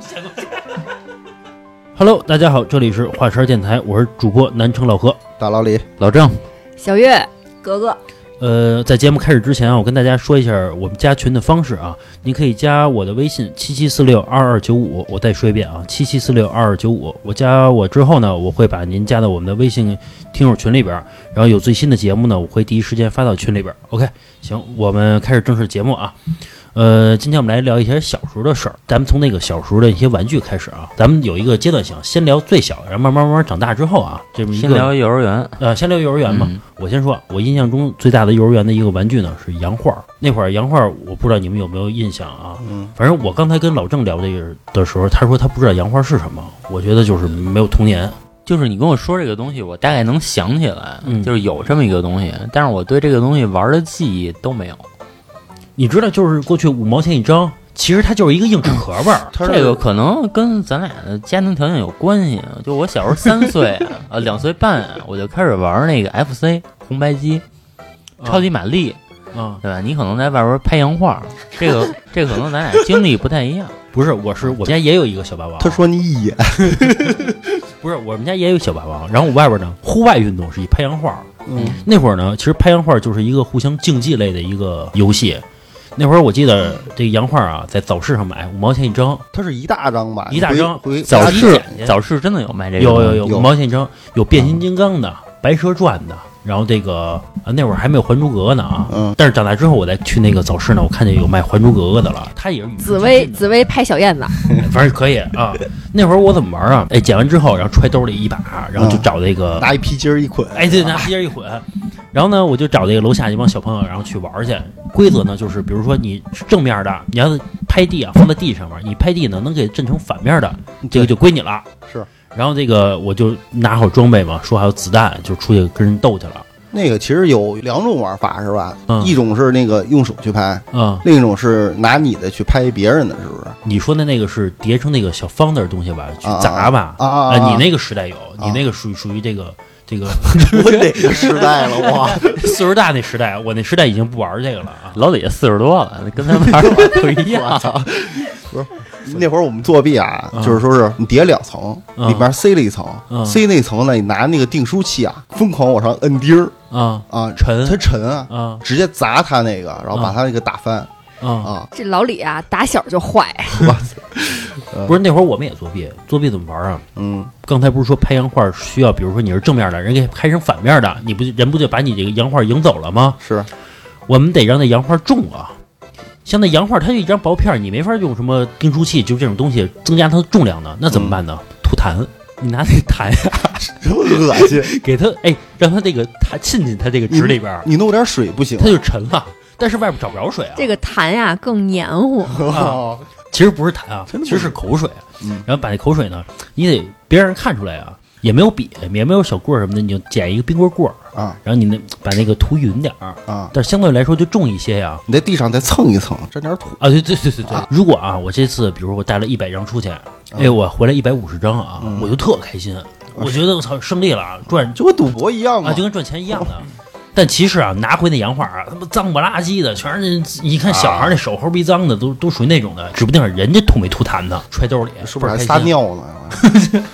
钱都 Hello，大家好，这里是华山电台，我是主播南城老何。大老李，老郑，小月、格格，呃，在节目开始之前啊，我跟大家说一下我们加群的方式啊，你可以加我的微信七七四六二二九五，我再说一遍啊，七七四六二二九五。我加我之后呢，我会把您加到我们的微信听友群里边儿，然后有最新的节目呢，我会第一时间发到群里边儿。OK，行，我们开始正式节目啊。呃，今天我们来聊一些小时候的事儿，咱们从那个小时候的一些玩具开始啊，咱们有一个阶段性，先聊最小，然后慢慢慢慢长大之后啊，这么一个先聊幼儿园，呃，先聊幼儿园吧。嗯我先说，啊我印象中最大的幼儿园的一个玩具呢是洋画儿。那会儿洋画儿，我不知道你们有没有印象啊？嗯，反正我刚才跟老郑聊这个的时候，他说他不知道洋画儿是什么，我觉得就是没有童年。就是你跟我说这个东西，我大概能想起来，嗯就是有这么一个东西，但是我对这个东西玩的记忆都没有。你知道，就是过去五毛钱一张，其实它就是一个硬纸壳儿吧。他这个可能跟咱俩的家庭条件有关系。啊就我小时候三岁 啊，两岁半啊我就开始玩那个 FC 红白机、嗯超级玛丽，啊，对吧？你可能在外边拍洋画，这个这可能咱俩经历不太一样。不是，我是我们家也有一个小霸王。他说你一眼，不是，我们家也有小霸王。然后我外边呢，户外运动是一拍洋画儿。嗯，那会儿呢，其实拍洋画就是一个互相竞技类的一个游戏。那会儿我记得这个洋画啊，在早市上买五毛钱一张，他是一大张吧？一大张回，回早回家市捡去早市真的有卖这个，有有有有嗯五毛钱一张，有变形金刚的、白蛇传的，然后这个啊那会儿还没有《还珠格格》呢啊。嗯但是长大之后，我再去那个早市呢，我看见有卖《还珠格格》的了，它也是与时紫俱薇，进的紫薇拍小燕子，反正可以啊。那会儿我怎么玩啊？哎，捡完之后，然后揣兜里一把，然后就嗯找那个拿一皮筋儿一捆，啊哎，对，拿皮筋一捆，然后呢，我就找这个楼下一帮小朋友，然后去玩儿去。规则呢，就是比如说你正面的，你要是拍地啊，放在地上面，你拍地呢能给震成反面的，这个就归你了。是。然后这个我就拿好装备嘛，说还有子弹，就出去跟人斗去了。那个其实有两种玩法是吧？嗯一种是那个用手去拍，嗯，另一种是拿你的去拍别人的，是不是？ 你说的那个是叠成那个小方的东西吧，去啊啊砸吧。啊啊啊哎你那个时代有，你啊那个属于属于这个这个 我哪个时代了？哇，岁数大那时代，我那时代已经不玩儿这个了啊。老李四十多了，跟咱玩儿法不一样。那会儿我们作弊啊，就是说是你叠两层，嗯里边塞了一层嗯，塞那层呢，你拿那个订书器啊，疯狂往上摁钉儿啊啊，沉它沉啊，啊直接砸他那个，然后把嗯他那个打翻啊！啊。这老李啊，打小就坏，不是那会儿我们也作弊，作弊怎么玩儿啊？嗯，刚才不是说拍洋画需要，比如说你是正面的，人给拍成反面的，你不就人不就把你这个洋画赢走了吗？是 我们得让那洋画重啊。像那洋画，它就一张薄片儿，你没法用什么订书器，就这种东西增加它的重量呢，那怎么办呢？吐痰，你拿那痰真恶心。 给它，哎，让它这个痰沁进它这个纸里边儿，你弄点水不行它？就沉了。但是外边找不着水啊。这个痰呀、更黏糊，哦，其实不是痰啊，真的不其实是口水。嗯然后把那口水呢，你得别让人看出来啊，也没有笔，也没有小棍儿什么的，你就捡一个冰棍棍儿 啊，然后你那把那个涂匀点儿，啊，但是相对来说就重一些呀、你在地上再蹭一蹭，沾点土。啊。对对对对对，如果啊，我这次比如我带了一百张出去，哎，我回来一百五十张啊，嗯我就特开心，我觉得我操胜利了啊，赚就跟赌博一样嘛，啊，就跟赚钱一样的。但其实啊，拿回那洋画啊，他妈脏不拉几的，全是那你看小孩儿那手猴逼脏的，都都属于那种的，指不定人家吐没吐痰呢，揣兜里，是不是还倍儿撒开心？尿呢？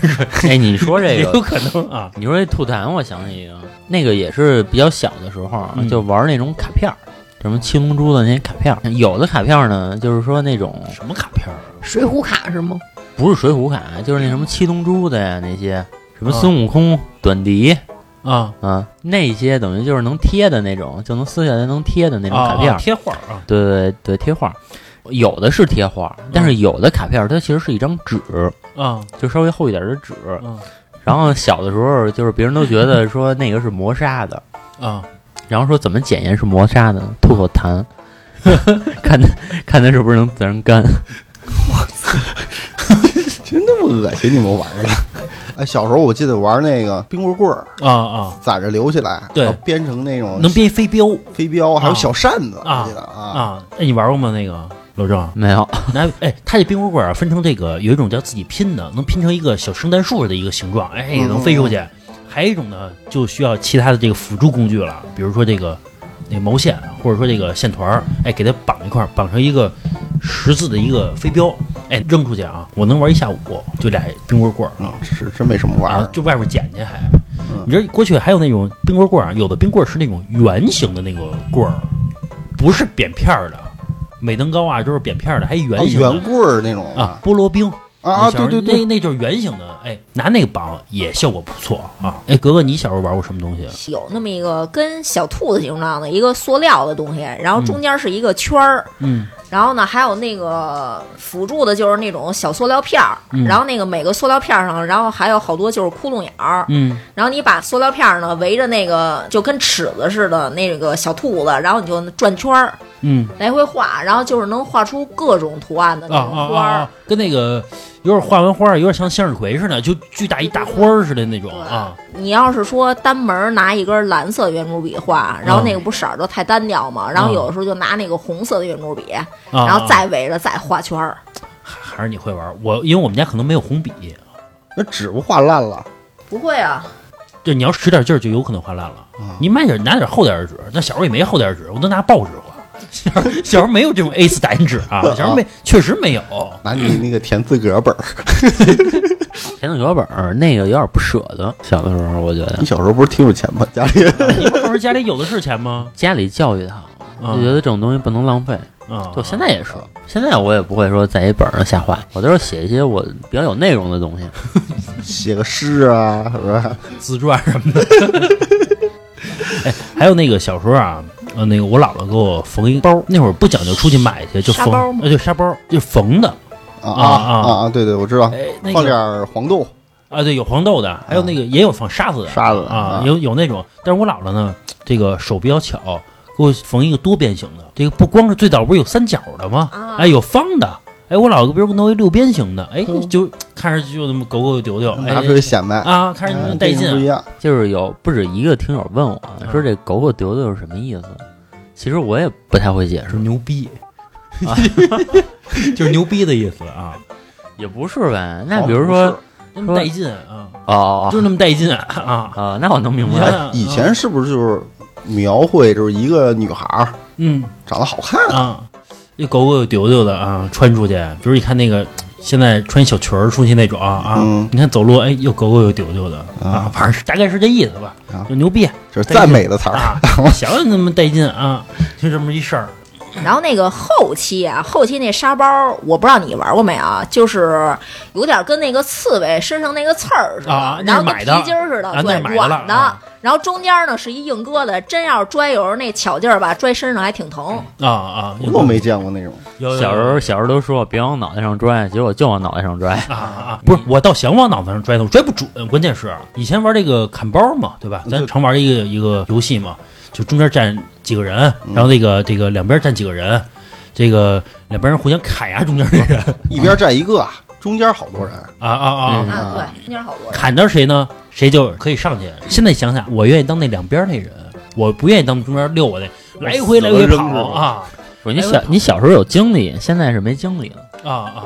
哎，你说这也个 有可能啊，你说这吐痰，我想起一个，那个也是比较小的时候啊，嗯就玩那种卡片儿，什么七龙珠的那些卡片儿。有的卡片儿呢，就是说那种什么卡片儿啊水浒卡是吗？不是水浒卡，就是那什么七龙珠的呀，那些什嗯么孙悟空、短笛啊？啊，那些等于就是能贴的那种，就能撕下来能贴的那种卡片啊儿。贴画儿啊，对对对，贴画儿。有的是贴画儿，嗯但是有的卡片儿它其实是一张纸，啊就稍微厚一点儿的纸。嗯然后小的时候，就是别人都觉得说那个是磨砂的，啊，然后说怎么检验是磨砂的，吐口痰， 看它看它是不是能自然干。真那么恶心，你们玩儿的？ 哎，小时候我记得玩那个冰棍棍儿，啊啊，攒着留起来，对然后编成那种能编飞镖飞镖，还有啊小扇子，啊我记得啊，啊？哎，你玩过吗？那个老郑，没有，拿哎，它这冰棍棍儿啊，分成这个有一种叫自己拼的，能拼成一个小圣诞树的一个形状，哎，嗯能飞出去；还有一种呢，就需要其他的这个辅助工具了，比如说这个那个毛线，或者说这个线团儿，哎，给它绑一块儿，绑成一个十字的一个飞镖，哎，扔出去啊，我能玩一下午，就俩冰棍棍儿嗯，是真没什么玩啊，儿。嗯就外面捡去还。你知道过去还有那种冰棍棍儿啊，有的冰棍儿是那种圆形的那个棍儿，不是扁片儿的，美登糕啊都是扁片儿的，还啊圆形的圆棍儿那种啊，菠萝冰。啊啊！你小对时候对对，那那就是圆形的，哎，拿那个绑也效果不错啊。哎，格格，你小时候玩过什么东西？啊有那么一个跟小兔子形状的一个塑料的东西，然后中间是一个圈儿，嗯，然后呢还有那个辅助的就是那种小塑料片儿，嗯然后那个每个塑料片儿上，然后还有好多就是窟窿眼儿，嗯，然后你把塑料片儿呢围着那个就跟尺子似的那个小兔子，然后你就转圈儿嗯，来回画，然后就是能画出各种图案的那啊种啊花啊儿。啊，跟那个有点画完花儿，有点像向日葵似的，就巨大一大花儿似的那种啊。你要是说单门儿拿一根蓝色圆珠笔画，然啊后那个不色儿就太单调嘛，然后有的时候就拿那个红色的圆珠笔，啊然后啊再围着再画圈儿。还是你会玩儿我，因为我们家可能没有红笔，那纸不画烂了不会啊，就你要使点劲儿，就有可能画烂了。你买点拿点厚点儿的纸，那小时候也没厚点儿纸，我都拿报纸画。小时候小时候没有这种 A 四打印纸啊，小时候没确实没有。拿你那个填自个儿本儿。 田字格本儿那个有点不舍得，小的时候我觉得你小时候不是挺有钱吗？家里你不是说家里有的是钱吗？家里教育他，啊就觉得这种东西不能浪费。啊，就现在也是，现在我也不会说在一本上瞎画，我都是写一些我比较有内容的东西。写个诗啊，是吧？自传什么的。 哎，还有那个小时候啊，呃，那个我姥姥给我缝一包，那会儿不讲究出去买去，就纱缝包吗，呃，就纱包，就缝的。啊啊啊啊啊！对对，我知道，哎，那放点个儿黄豆、啊，对，有黄豆的，还有那个也有放沙子的沙子啊，有有那种。但是我姥姥呢，这个手比较巧，给我缝一个多边形的。这个不光是最早不是有三角的吗？啊哎，有方的。哎，我姥姥比如给我弄一六边形的，哎，就看着就那么狗狗丢丢，哎拿出来显摆，啊，看着哎就带这劲个啊不一。样。就是有不止一个听友问我嗯说这狗狗丢丢是什么意思，其实我也不太会解释，牛逼，就是牛逼的意思啊。也不是哦呗。那比如说好那么带劲啊，哦哦就是那么带劲啊啊！哦，啊，那我能明你白看了。看哎以前是不是就是描绘，就是一个女孩儿嗯长得好看，啊，那狗狗丢丢的啊，穿出去，比如你看那个现在穿小裙儿出去那种啊啊，嗯你看走路哎，又狗狗又丢丢的啊，反正是大概是这意思吧啊，就牛逼啊就是赞美的词儿。 啊，想想那么带劲啊， 就这么一事儿然后那个后期啊，后期那沙包，我不知道你玩过没啊，就是有点跟那个刺猬身上那个刺儿似的，啊那是然后跟买的皮筋儿似的，啊那是对，买的了软的。啊然后中间呢是一硬疙瘩，真要是拽，有时候那巧劲儿吧，拽身上还挺疼。啊啊，我都没见过那种，有有小时候小时候都说我别往脑袋上拽，结果就往脑袋上拽。啊啊！不是，我倒想往脑子上拽的，我拽不准。关键是以前玩这个砍包嘛，对吧？咱对常玩一个一个游戏嘛，就中间站几个人，然后嗯那个这个两边站几个人，这个两边人互相砍呀，中间那人一边站一个，中间好多人。啊啊啊！嗯啊，对，中间好多人。砍着谁呢，谁就可以上去。现在想想，我愿意当那两边那人，我不愿意当中间溜我那来回来回跑啊不是你小你小时候有精力，现在是没精力了。啊啊！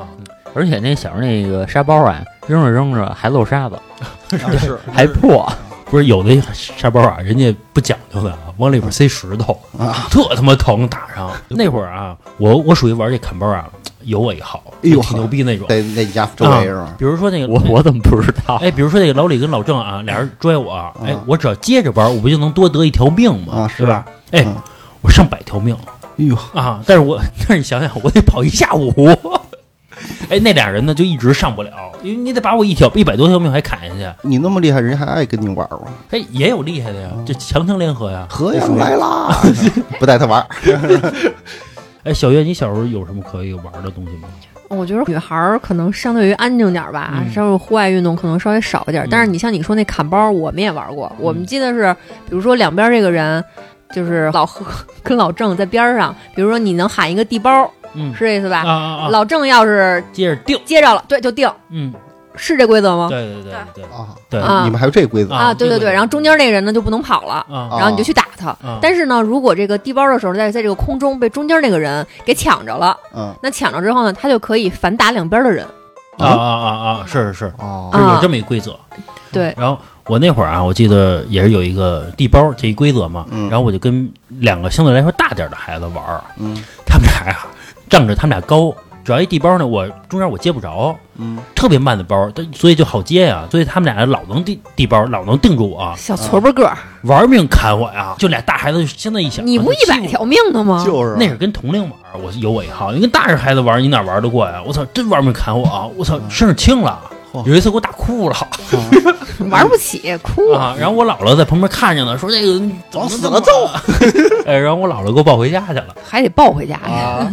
而且那小时候那个沙包啊，扔着扔着还漏沙子， 是还破。不是有的沙包啊，人家不讲究的啊，往里边塞石头，啊，特他妈疼，打上那会儿啊，我我属于玩这砍包啊，有我一好，哎呦挺牛逼那种。在在你家周围是吗？比如说那个我我怎么不知道？哎，比如说那个老李跟老郑啊，俩人拽我啊，哎，我只要接着玩，我不就能多得一条命吗？啊是是吧？哎嗯，我上百条命哎呦，啊！但是我 但是你想想，我得跑一下午。 哎，那俩人呢就一直上不了，因为你得把我一条一百多条命还砍下去。你那么厉害，人家还爱跟你玩儿吗？哎，也有厉害的呀，就强强联合呀。河阳来啦，不带他玩儿。哎，小月，你小时候有什么可以玩的东西吗？我觉得女孩儿可能相对于安静点儿吧嗯，稍微户外运动可能稍微少一点儿。嗯但是你像你说那砍包，我们也玩过。我们记得是，比如说两边这个人，就是老何 跟老郑在边儿上，比如说你能喊一个地包，嗯，是这意思啊吧？啊啊！老郑要是接着定，接着了，对，就定，嗯，是这规则吗？对对对对啊，对哦啊你们还有这规则？啊啊，对对这个对。然后中间那个人呢就不能跑了，啊啊然后你就去打他。啊！但是呢，如果这个地包的时候在在这个空中被中间那个人给抢着了，嗯，那抢着之后呢，他就可以反打两边的人。啊啊啊啊！是是是，哦是有嗯啊这么一规则。对，然后我那会儿啊，我记得也是有一个地包这一规则嘛，嗯然后我就跟两个相对来说大点儿的孩子玩儿，嗯他们俩呀、仗着他们俩高。只要一地包呢，我中间我接不着，嗯，特别慢的包，但所以就好接呀、所以他们俩老能地地包，老能定住我，小矬巴个儿，玩命砍我呀！就俩大孩子，现在一想，你不啊一百欺负条命呢吗？就是啊那是跟同龄玩儿，我有我一号。你跟大人孩子玩儿，你哪玩得过呀？我操，真玩命砍我啊！我操，身上青了嗯嚯。有一次给我打哭了嗯 玩不起，哭。哦啊，然后我姥姥在旁边看见了，说这个怎么往死这了么揍 哎，然后我姥姥给我抱回家去了。还得抱回家去，啊，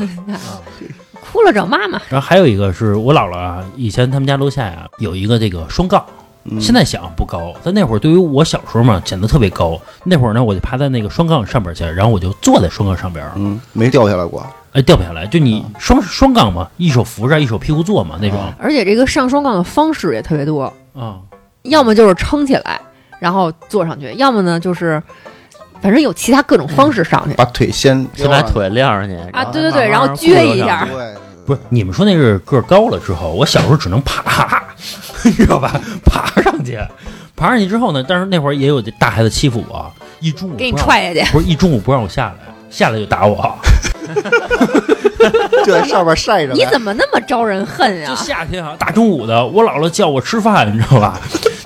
哭了找妈妈。然后还有一个是我姥姥啊，以前他们家楼下呀、有一个这个双杠，嗯现在想不高，但那会儿对于我小时候嘛显得特别高。那会儿呢，我就爬在那个双杠上边去，然后我就坐在双杠上边，嗯没掉下来过，哎，掉不下来。就你双双杠嘛，一手扶着，一手屁股坐嘛那种啊啊、而且这个上双杠的方式也特别多，要么就是撑起来，然后坐上去；要么呢就是，反正有其他各种方式上去。把腿先先把腿晾上去啊，然后对对对，慢慢然后慢慢撅过一上下去儿，对，不是，你们说那是个儿高了之后，我小时候只能爬， 你知道吧？爬上去，爬上去之后呢，但是那会儿也有大孩子欺负我，一中午给你不让，踹下去。不是一中午不让我下来，下来就打我， 就在上面晒着你呗。怎么那么招人恨呀就？夏天啊，大中午的，我姥姥叫我吃饭，你知道吧？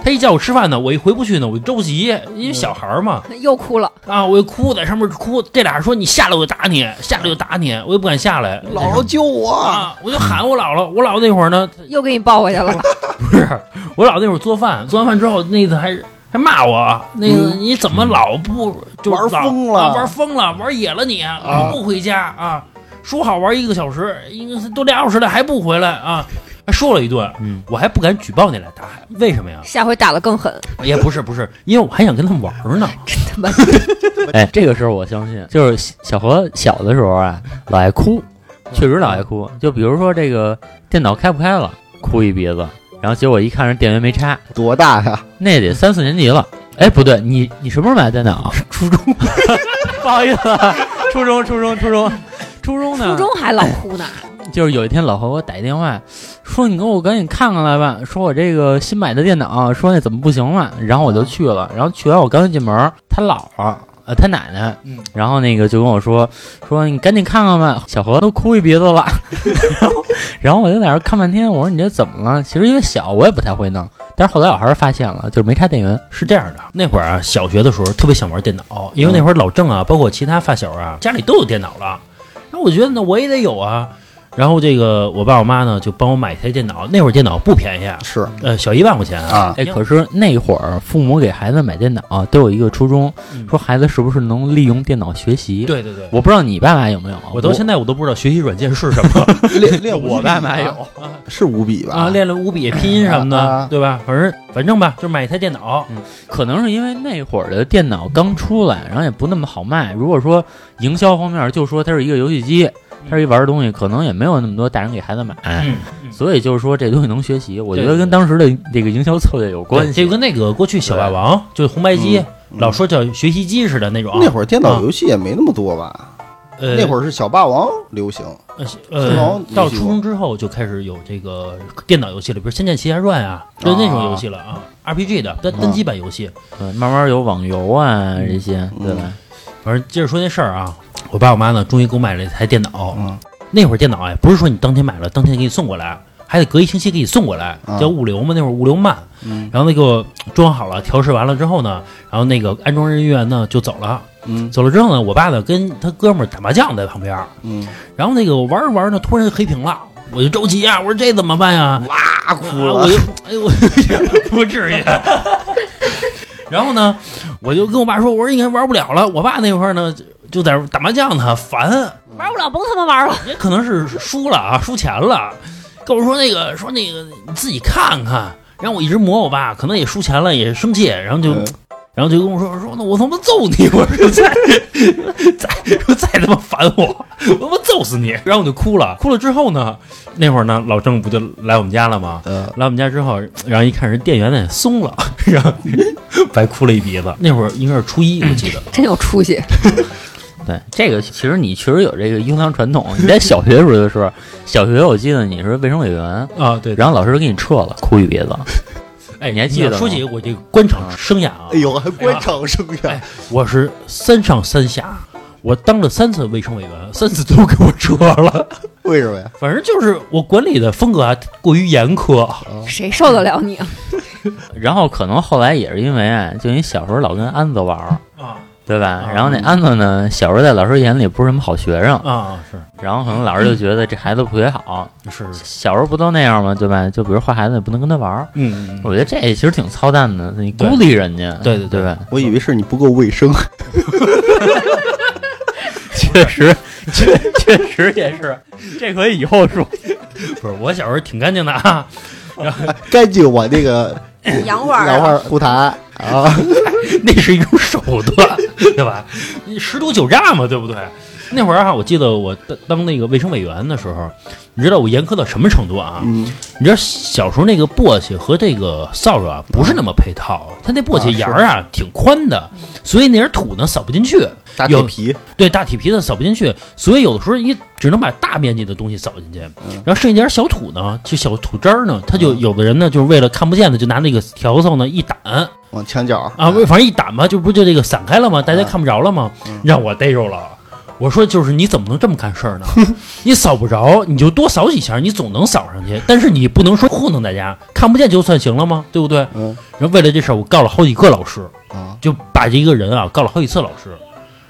她一叫我吃饭呢，我一回不去呢，我就着急，因为小孩儿嘛，又哭了，啊，我就哭在上面哭，这俩人说你下来我就打你，下来就打你，我也不敢下来，姥姥救我，啊，我就喊我姥姥，我姥姥那会儿呢，又给你抱回去了。不是，我老那会儿做饭，做完饭之后那次还还骂我，那个、你怎么老不就嗯玩老疯了啊玩疯了，玩野了你，啊不回家啊？说好玩一个小时，应该是都俩小时了还不回来啊？还说了一顿，嗯，我还不敢举报那俩大汉，为什么呀？下回打得更狠，也不是不是，因为我还想跟他们玩呢。真他妈！哎，这个时候我相信，就是小小何小的时候啊，老爱哭，确实老爱哭。就比如说这个电脑开不开了，哭一鼻子，然后结果一看是电源没插，多大呀？那得三四年级了。哎，不对，你你什么时候买的电脑？ 初中，不好意思啊，初中初中初中初中呢？初中还老哭呢，就是有一天老何给我打一电话，说你给我赶紧看看来吧，说我这个新买的电脑，说那怎么不行了，然后我就去了，然后去完我刚一进门，他姥姥。呃，他奶奶，然后那个就跟我说，说你赶紧看看吧，小何都哭一鼻子了。 然后，然后我就在那儿看半天，我说你这怎么了？其实因为小，我也不太会弄，但是后来我还是发现了，就是没插电源。是这样的，那会儿啊，小学的时候特别想玩电脑，因为那会儿老郑啊，包括其他发小啊，家里都有电脑了。然后我觉得呢，我也得有啊。然后这个我爸我妈呢就帮我买一台电脑，那会儿电脑不便宜啊，是呃，小一万块钱啊哎，可是那会儿父母给孩子买电脑都有一个初衷，嗯说孩子是不是能利用电脑学习？对对对，我不知道你爸妈有没有，啊我到现在我都不知道学习软件是什么练练啊我爸妈有，是五笔吧？啊，练了五笔拼音什么啊的啊，对吧？反正反正吧，就是买一台电脑，可能是因为那会儿的电脑刚出来，然后也不那么好卖。如果说营销方面就说它是一个游戏机，它是一玩的东西，可能也没有那么多大人给孩子买。哎嗯，所以就是说这东西能学习，我觉对得对跟当时的这个营销策略有关这系就。跟那个过去小霸王就是红白机嗯，嗯老说叫学习机似的那种啊。那会儿电脑啊游戏也没那么多吧？呃那会儿是小霸王流行，是呃吗，到游戏初吗中之后就开始有这个电脑游戏了，比如《仙剑奇侠传》啊，就是那种游戏了啊，RPG 的嗯单单机版游戏。对，呃慢慢有网游啊嗯这些，对吧？反正接着说那事儿啊，我爸我妈呢，终于给我买了一台电脑。嗯那会儿电脑哎，不是说你当天买了，当天给你送过来，还得隔一星期给你送过来，啊叫物流嘛。那会儿物流慢，嗯然后那给我装好了，调试完了之后呢，然后那个安装人员呢就走了。嗯走了之后呢，我爸呢跟他哥们儿打麻将在旁边儿，嗯，然后那个我玩着玩着呢，突然黑屏了，我就着急啊，我说这怎么办呀？哇哭啊我了，就哎呦，我 不至于。然后呢，我就跟我爸说，我说你看玩不了了。我爸那会儿呢，就就在打麻将呢，烦，玩不了，甭他妈玩了。也可能是输了啊，输钱了。跟我说那个，说那个你自己看看。然后我一直磨我爸，可能也输钱了，也生气，然后就，嗯然后就跟我说说，那我他妈揍你！我说再 再说再他妈烦我，我他妈揍死你！然后我就哭了，哭了之后呢，那会儿呢，老郑不就来我们家了吗？呃，来我们家之后，然后一看人电源呢松了，然后 白哭了一鼻子。那会儿应该是初一，我记得。真有出息，对，这个其实你确实有这个优良传统。你在小学时候的时候，小学我记得你是卫生委员，啊，对，然后老师给你撤了，哭一鼻子。哎，你还记得吗说起我这哎个官场生涯啊，哎呦，还官场生涯，我是三上三下，我当了三次卫生委员，三次都给我撤了。为什么呀？反正就是我管理的风格啊过于严苛，谁受得了你啊？然后可能后来也是因为啊，就你小时候老跟安子玩儿，啊对吧？然后那安子呢，小时候在老师眼里不是什么好学生，啊是然后可能老师就觉得这孩子不学好。是是，小时候不都那样吗？对吧？就比如坏孩子，也不能跟他玩儿。嗯，我觉得这其实挺操蛋的，你对孤立人家，对对对对吧？我以为是你不够卫生， 确实，确确实也是，这可以以后说。不是我小时候挺干净的啊，干净我那个 洋画儿啊洋画不谈啊， 那是一种手段，对吧？你十赌九诈嘛，对不对？那会儿啊，我记得我当当那个卫生委员的时候，你知道我严苛到什么程度啊？嗯，你知道小时候那个簸箕和这个扫帚啊，不是那么配套，它那簸箕沿儿啊挺宽的，所以那点土呢扫不进去，大铁有皮，对大铁皮子扫不进去，所以有的时候你只能把大面积的东西扫进去，然后剩一点小土呢，就小土渣儿呢，他就有的人呢，就是为了看不见的，就拿那个笤帚呢一掸往墙角啊，为反正一掸嘛，就不就这个散开了嗯吗？大家看不着了吗？让我逮着了。我说就是你怎么能这么干事 儿呢？你扫不着，你就多扫几下，你总能扫上去。但是你不能说糊弄大家，看不见就算行了吗？对不对？嗯然后为了这事儿，我告了好几个老师，啊，就把这一个人啊告了好几次老师。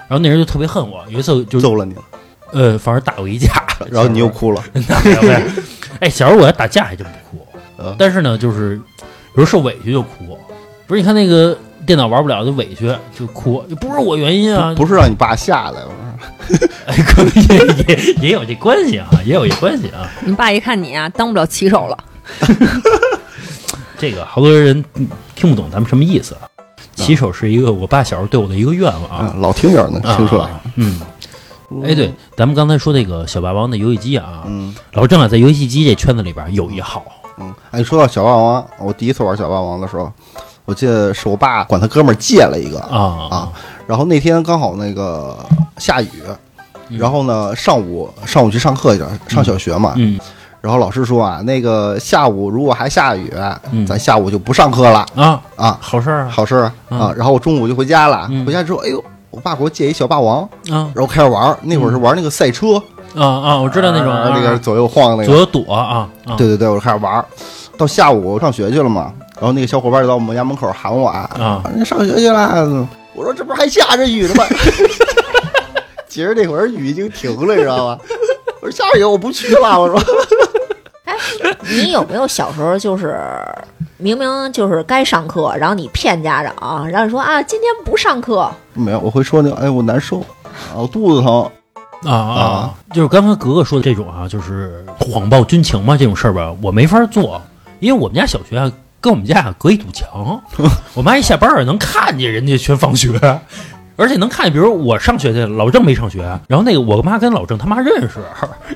然后那人就特别恨我，有一次就揍了你了，呃，反而打过一架，然后你又哭了，那没有没有。 哎，小时候我要打架还真不哭，嗯但是呢，就是有时候受委屈就哭。不是，你看那个电脑玩不了就委屈就哭，不是我原因啊，不是让你爸吓的，我嗯说哎，可能也 也也有这关系啊，也有这关系啊。你爸一看你啊，当不了骑手了。这个好多人嗯听不懂咱们什么意思啊。骑手是一个我爸小时候对我的一个愿望啊。嗯老听友能听出来，啊嗯，哎，对，咱们刚才说那个小霸王的游戏机啊，嗯老郑啊，在游戏机这圈子里边有一好，嗯，哎，说到小霸王，我第一次玩小霸王的时候，我记得是我爸管他哥们儿借了一个啊啊，然后那天刚好那个下雨，嗯然后呢上午上午去上课去了，上小学嘛，嗯然后老师说啊，那个下午如果还下雨，嗯咱下午就不上课了啊，啊，好事儿啊好事儿嗯啊。然后我中午就回家了，嗯回家之后，哎呦，我爸给我借一小霸王，啊然后开始玩儿。那会儿是玩那个赛车，啊啊！嗯我知道那种啊啊那个左右晃那左个，右躲啊，啊，对对对，我就开始玩儿。到下午我上学去了嘛，然后那个小伙伴就到我们家门口喊我啊，啊你上学去了？啊我说这不是还下着雨呢吗？ 其实那会儿雨已经停了，你知道吧？我说下着雨我不去了，我说哎你有没有小时候就是明明就是该上课，然后你骗家长，然后你说啊今天不上课，没有，我会说那个哎我难受啊，我肚子疼。啊啊！就是刚刚格格说的这种啊，就是谎报军情嘛，这种事儿吧，我没法做，因为我们家小学啊，跟我们家啊隔一堵墙，我妈一下班儿能看见人家全放学，而且能看见，比如我上学去，老郑没上学，啊然后那个我妈跟老郑他妈认识，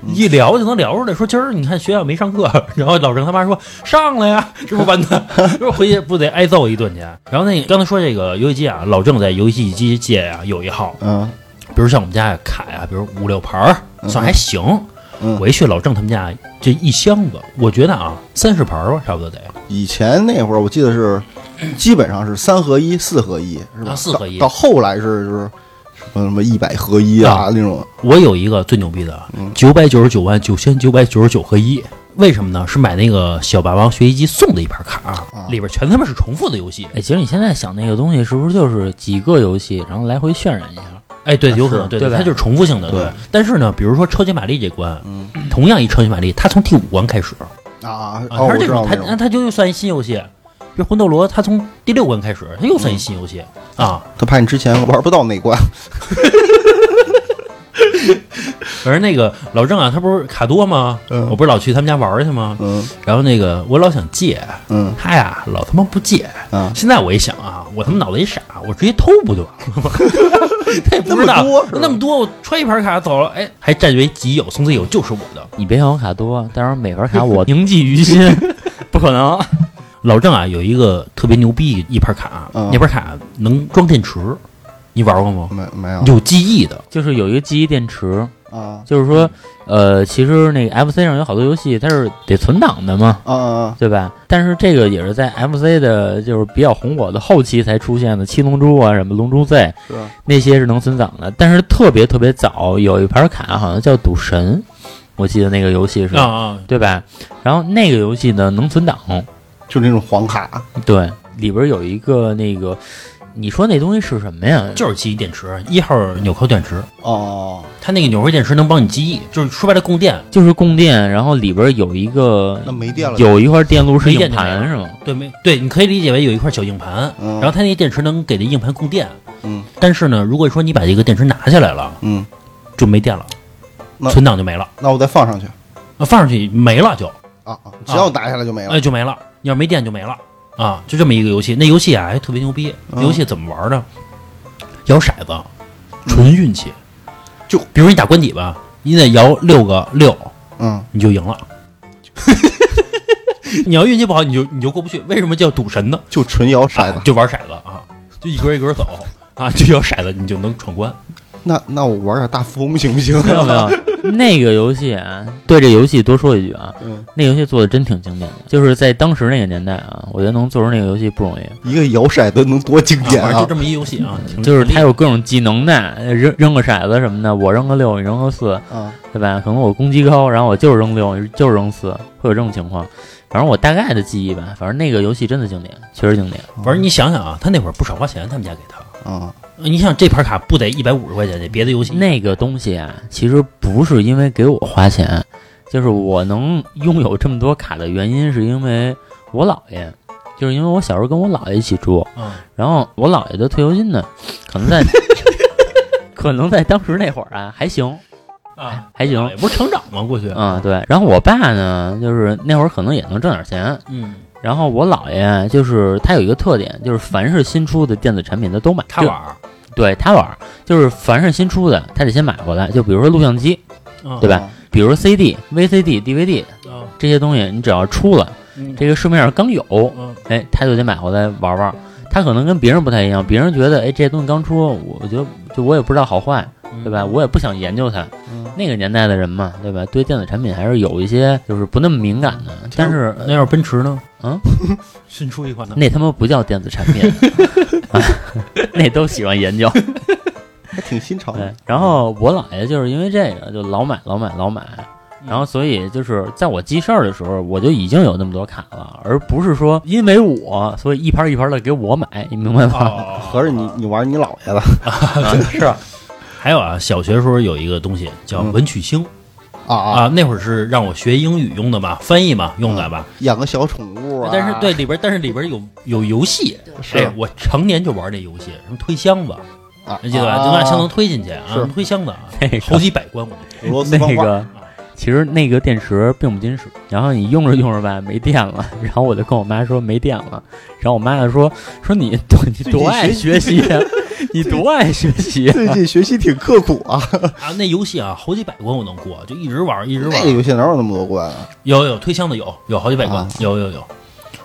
一聊就能聊出来，说今儿你看学校没上课， 然后老郑他妈说上了呀，这不完蛋，这不回去不得挨揍一顿去。然后那个刚才说这个游戏机啊，老郑在游戏机界啊有一号，嗯比如像我们家卡呀、比如五六盘儿，算还行。嗯我一去老郑他们家，这一箱子，我觉得啊，三十盘儿吧，差不多得。以前那会儿我记得是，基本上是三合一、四合一，是吧？啊四合一到到后来是就是什么什么一百合一啊啊那种，我有一个最牛逼的，啊嗯九百九十九万九千九百九十九合一。为什么呢？是买那个小霸王学习机送的一盘卡，啊啊里边全他妈是重复的游戏。哎，其实你现在想那个东西，是不是就是几个游戏，然后来回渲染一下？哎，啊对，有可能，是对对吧它就是重复性的。对，嗯但是呢，比如说超级玛丽这关，同样一超级玛丽，它从第五关开始，啊，啊，哦，它我是这知道种，它那那种，它就又算一新游戏。比如魂斗罗，它从第六关开始，它又算一新游戏啊。他怕你之前玩不到那关，反正那个老郑啊，他不是卡多吗？嗯我不是老去他们家玩儿去吗？嗯然后那个我老想借，嗯他呀老他妈不借。啊，现在我一想啊，我他妈脑袋一傻，我直接偷不 就完了吗？他也不知那道么多是吧那么多，我揣一盘卡走了，哎，还占为己有，从此以后就是我的。你别看我卡多，但是每盘卡 我铭记于心，不可能。老郑啊，有一个特别牛逼一盘卡，嗯那盘卡能装电池，你玩过吗？没没有有记忆的，就是有一个记忆电池，啊就是说，呃，其实那个 FC 上有好多游戏它是得存档的嘛，啊啊！对吧？但是这个也是在 FC 的，就是比较红火的后期才出现的，《七龙珠》啊，什么《龙珠 Z》是啊吧那些是能存档的，但是特别特别早有一盘卡好像叫《赌神》，我记得那个游戏嗯是，啊啊，对吧？然后那个游戏呢能存档，就那种黄卡，对，里边有一个那个，你说那东西是什么呀？就是记忆电池，一号纽扣电池，哦，它那个纽扣电池能帮你记忆，就是说白了供电，就是供电，然后里边有一个那没电了，有一块电路是没硬电就没盘了是吗？对没？对，你可以理解为有一块小硬盘，嗯然后它那个电池能给这硬盘供电，嗯但是呢，如果说你把这个电池拿下来了，嗯，就没电了那，存档就没了，那我再放上去呃放上去没了就，啊啊！只要我拿下来就没了哎，就没了。你要没电就没了啊，就这么一个游戏。那游戏啊还特别牛逼，嗯游戏怎么玩呢？摇骰子，纯运气。嗯就比如你打官邸吧，你得摇六个六，嗯，你就赢 了。你要运气不好，你就你就过不去。为什么叫赌神呢？就纯摇骰子啊。就玩骰子啊，就一格一格走啊，就摇骰子，你就能闯关。那那我玩点大富翁行不行？没有没有，那个游戏啊，对这游戏多说一句啊， 嗯，那游戏做的真挺经典的，就是在当时那个年代啊，我觉得能做出那个游戏不容易，一个摇骰子能多经典反正啊就！这么一游戏啊，挺就是挺它有各种技能的，扔扔个骰子什么的，我扔个六，你扔个四，啊，对吧？可能我攻击高，然后我就是扔六，就是扔四，会有这种情况。反正我大概的记忆吧，反正那个游戏真的经典，确实经典。反正你想想啊，他那会儿不少花钱，他们家给他。啊，你想这盘卡不得一百五十块钱去？别的游戏那个东西啊，其实不是因为给我花钱，就是我能拥有这么多卡的原因，是因为我姥爷，就是因为我小时候跟我姥爷一起住，啊，然后我姥爷的退休金呢，可 能在，可能在当时那会儿啊还行，啊，还行也，不是成长吗？过去，嗯对。然后我爸呢，就是那会儿可能也能挣点钱，嗯，然后我姥爷就是他有一个特点，就是凡是新出的电子产品他都买，他玩儿，就对他玩儿，就是凡是新出的他得先买回来，就比如说录像机。嗯啊对吧？比如 CD、VCD、DVD 嗯这些东西，你只要出了，嗯这个市面上刚有，嗯哎，他就得买回来玩玩。他可能跟别人不太一样，别人觉得哎这些东西刚出，我觉得就我也不知道好坏，嗯对吧？我也不想研究它。嗯那个年代的人嘛，对吧？对电子产品还是有一些就是不那么敏感的。但是那要是奔驰呢？嗯， 新出一款呢？那他妈不叫电子产品，啊那都喜欢研究。还挺新潮对哎的。，然后我姥爷就是因为这个就老买老买老买，然后所以就是在我记事儿的时候，我就已经有那么多卡了，而不是说因为我所以一盘一盘的给我买，你明白 吗？哦合着你你玩你姥 爷了是啊，还有啊，小学时候有一个东西叫文曲星 啊嗯啊！啊，那会儿是让我学英语用的嘛，翻译嘛，用的吧。养个小宠物啊，但是对里边，但是里边有有游戏，是哎，我成年就玩这游戏，什么推箱子，啊，哎你记得吧？啊就拿箱能推进去啊是，推箱子啊那个，好几百关我记俄罗斯方那块，个其实那个电池并不金属，然后你用着用着吧没电了， 然后我就跟我妈说没电了，然后我妈就说说你多你多爱学习呀，你多爱学习啊 呀，最近学习挺刻苦啊。啊，那游戏啊，好几百关我能过，就一直玩一直玩那个。游戏哪有那么多关啊？有有推箱的有有好几百关，啊有有有。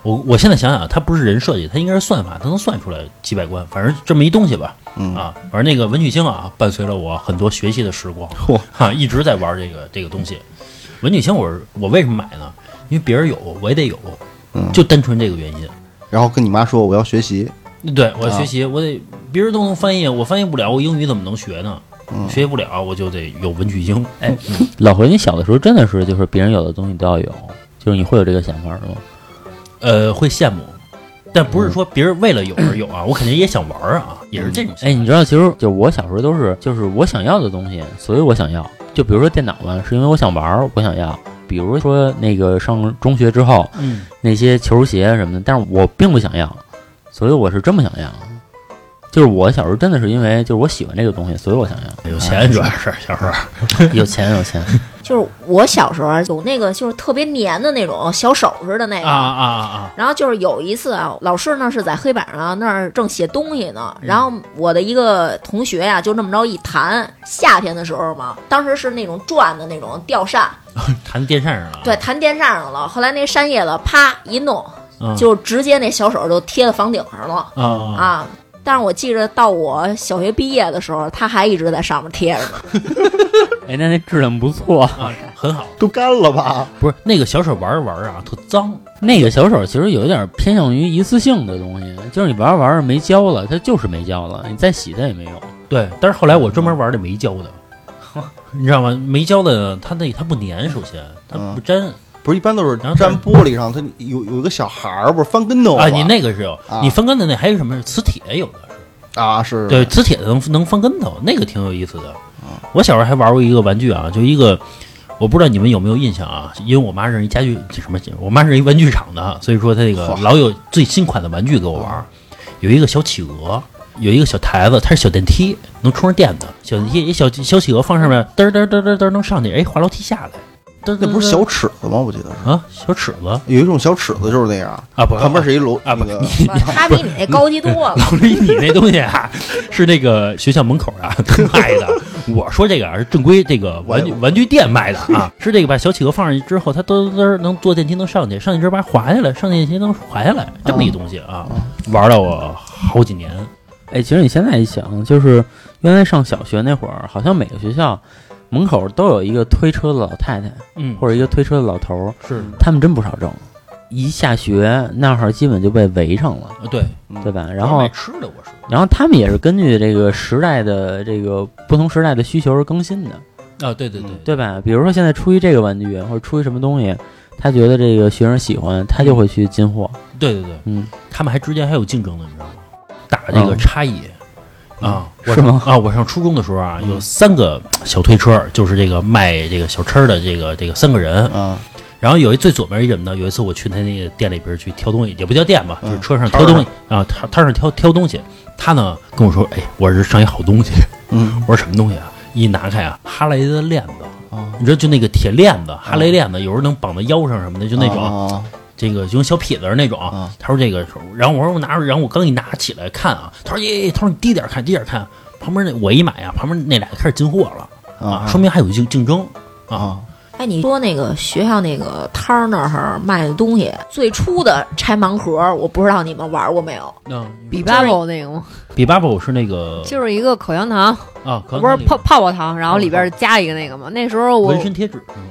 我我现在想想，它不是人设计，它应该是算法，它能算出来几百关，反正这么一东西吧。嗯啊，反正那个文曲星啊，伴随了我很多学习的时光，嚯哈、一直在玩这个这个东西。文曲星我是我为什么买呢？因为别人有，我也得有，嗯就单纯这个原因。然后跟你妈说我要学习，对我啊学习，我得别人都能翻译，我翻译不了，我英语怎么能学呢？嗯学习不了，我就得有文曲星。哎，老何，你小的时候真的是就是别人有的东西你都要有，就是你会有这个想法吗？呃，会羡慕，但不是说别人为了有而 有啊，我肯定也想玩儿啊，也是这种心哎，你知道，其实就我小时候都是，就是我想要的东西，所以我想要。就比如说电脑吧，是因为我想玩儿，我想要。比如说那个上中学之后嗯，那些球鞋什么的，但是我并不想要，所以我是真不想要。就是我小时候真的是因为就是我喜欢这个东西，所以我想要。哎有钱主要是小时候，哎，有钱有钱，就是我小时候啊有那个就是特别粘的那种小手似的那个。啊啊啊然后就是有一次啊，老师呢是在黑板上那儿正写东西呢，嗯然后我的一个同学呀、就那么着一弹，夏天的时候嘛，当时是那种转的那种吊扇，啊，弹电扇上了，对，弹电扇上了，后来那扇叶子啪一弄，嗯，就直接那小手就贴到房顶上了啊啊，啊，但是我记着到我小学毕业的时候，它还一直在上面贴着 呢。 哎，那那质量不错。啊，很好。都干了吧？不是那个小手玩着玩着啊，特脏， 那个小手其实有一点偏向于一次性的东西，就是你玩着玩着没胶了，它就是没胶了，你再洗它也没用。对，但是后来我专门玩的没胶 的，你知道吗？没胶的它那它不粘，首先它不粘、不是，一般都是然后它粘玻璃上，它有有一个小孩儿，不是翻跟头啊。吗你那个是有，啊你翻跟头那还有什么磁铁有的是，啊是嗯对，磁铁的能能翻跟头，那个挺有意思的。我小时候还玩过一个玩具啊，就一个。我不知道你们有没有印象啊？因为我妈是一家具什么，我妈是一玩具厂的，啊所以说她这个哇老有最新款的玩具给我玩儿。嗯有一个小企鹅，有一个小台子，它是小电梯，能充上电的。小哦电梯，一小小企鹅放上面，嘚儿嘚儿嘚儿嘚儿嘚儿能上去，哎，滑楼梯下来。嘚儿嘚儿那不是嘚小尺子吗？我记得是儿啊，小尺子有一种小尺子就是那样，啊，不旁边是一楼啊那不个它比你那高级多了。 老李，你那东西啊，是那个学校门口啊卖的。我说这个啊，是正规这个玩具玩具店卖的啊，是这个把小企鹅放上去之后，它嘚嘚嘚能坐电梯能上去，上去之后把它滑下来，上电梯能滑下来，这么一东西啊，玩了我好几年。哎，其实你现在一想，就是原来上小学那会儿，好像每个学校门口都有一个推车的老太太，嗯或者一个推车的老头儿，是他们真不少挣。一下学那会儿基本就被围上了，对，对吧？然后卖吃的我说。然后他们也是根据这个时代的这个不同时代的需求而更新的，啊，对对对，对吧？比如说现在出于这个玩具或者出于什么东西，他觉得这个学生喜欢，他就会去进货。对对对，嗯，他们还之间还有竞争呢，你知道吗？打这个差异、啊，我是吗上啊，我上初中的时候啊，有三个小推车，就是这个卖这个小吃的这个这个三个人。啊然后有一最左边一什么呢？有一次我去他那个店里边去挑东西，也不叫店吧，就嗯是车上挑东西啊，摊摊上挑挑东西。他呢跟我说：“哎，我这上一好东西。嗯”我说：“什么东西啊？”一拿开啊，哈雷的链子，啊你知道就那个铁链子，哈雷链子，有时候能绑在腰上什么的，就那种。啊这个就跟小痞子那种啊啊。他说这个，然后我说我拿着，然后我刚一拿起来看啊，他说耶，他说你低点看，低点看。旁边那我一买啊，旁边那俩开始进货了啊，说明还有竞竞争啊。啊哎，你说那个学校那个摊儿那儿卖的东西，最初的拆盲盒，我不知道你们玩过没有？那比巴卜那个吗？比巴卜是那个就是一个口香糖，啊，可能不是那个泡泡泡糖，然后里边加一个那个嘛。那时候我纹身贴纸是吗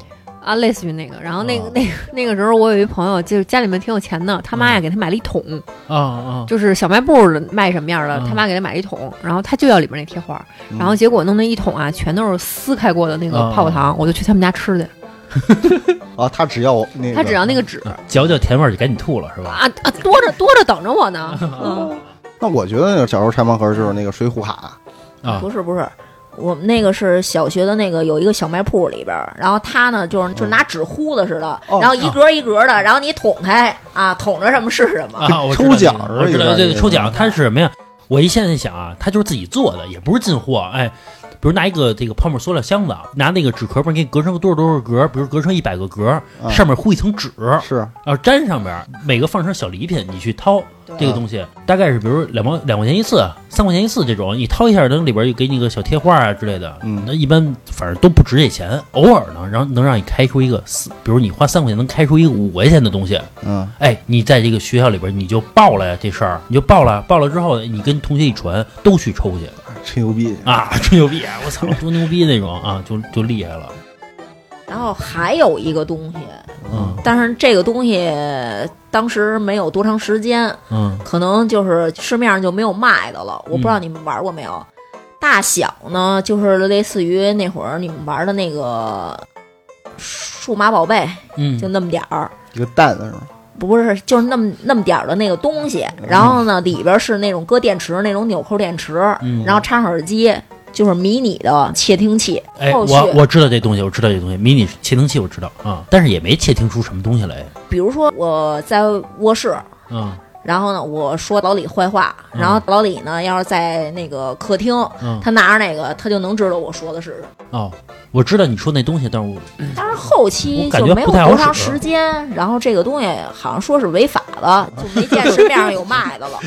啊，类似于那个。然后那个啊那个那个时候，我有一朋友，就是家里面挺有钱的，他妈呀嗯给他买了一桶，啊啊，就是小卖部的卖什么样的，嗯他妈给他买了一桶，然后他就要里边那贴花，然后结果弄那一桶啊，全都是撕开过的那个啊泡泡糖，我就去他们家吃去，啊，他只要那个嗯他只要那嗯个纸。啊嚼嚼甜味儿就赶紧吐了是吧？啊啊，多着多着等着 我呢。嗯，那我觉得小时候拆盲盒就是那个水浒卡啊不是不是，我们那个是小学的那个有一个小卖铺里边儿，然后他呢就是嗯就拿纸糊的似的，啊哦然后一格一格的，然后你捅开啊，捅着什么是什么。 啊，我知道抽奖这个而我已知道吧这这个个啊抽奖，它是什么呀？我一现在想啊，它就是自己做的，也不是进货，哎。比如拿一个这个泡沫塑料箱子啊，拿那个纸壳儿不是给你隔成多少多少格儿，比如隔成一百个格儿，嗯上面糊一层纸，是然后粘上边儿，每个放成小礼品，你去掏对这个东西，大概是比如两毛两块钱一次，三块钱一次这种，你掏一下，能里边儿又给你个小贴画啊之类的，嗯那一般反正都不值这钱，偶尔呢，然后能让你开出一个四，比如你花三块钱能开出一个五块钱的东西，嗯哎，你在这个学校里边你就报了呀，这事儿你就报了，报了之后你跟同学一传，都去抽去吹牛逼啊，吹牛逼啊！我操， 多牛逼那种啊，就就厉害了。然后还有一个东西，嗯但是这个东西当时没有多长时间，嗯可能就是市面上就没有卖的了。我不知道你们玩过没有。大小呢，就是类似于那会儿你们玩的那个数码宝贝，就嗯，那么点儿。一个蛋是吗？不是，就是那么那么点儿的那个东西，然后呢，里边是那种搁电池那种纽扣电池，嗯然后插耳机，就是迷你的窃听器。哎，后续我我知道这东西，我知道这东西，迷你窃听器我知道啊，但是也没窃听出什么东西来。比如说我在卧室，嗯然后呢，我说老李坏话，嗯然后老李呢要是在那个客厅，嗯，他拿着那个，他就能知道我说的是什么。哦，我知道你说那东西，但是我但是后我期感就觉没有不太好多长使时间，然后这个东西好像说是违法的，就没见市面上有卖 的了。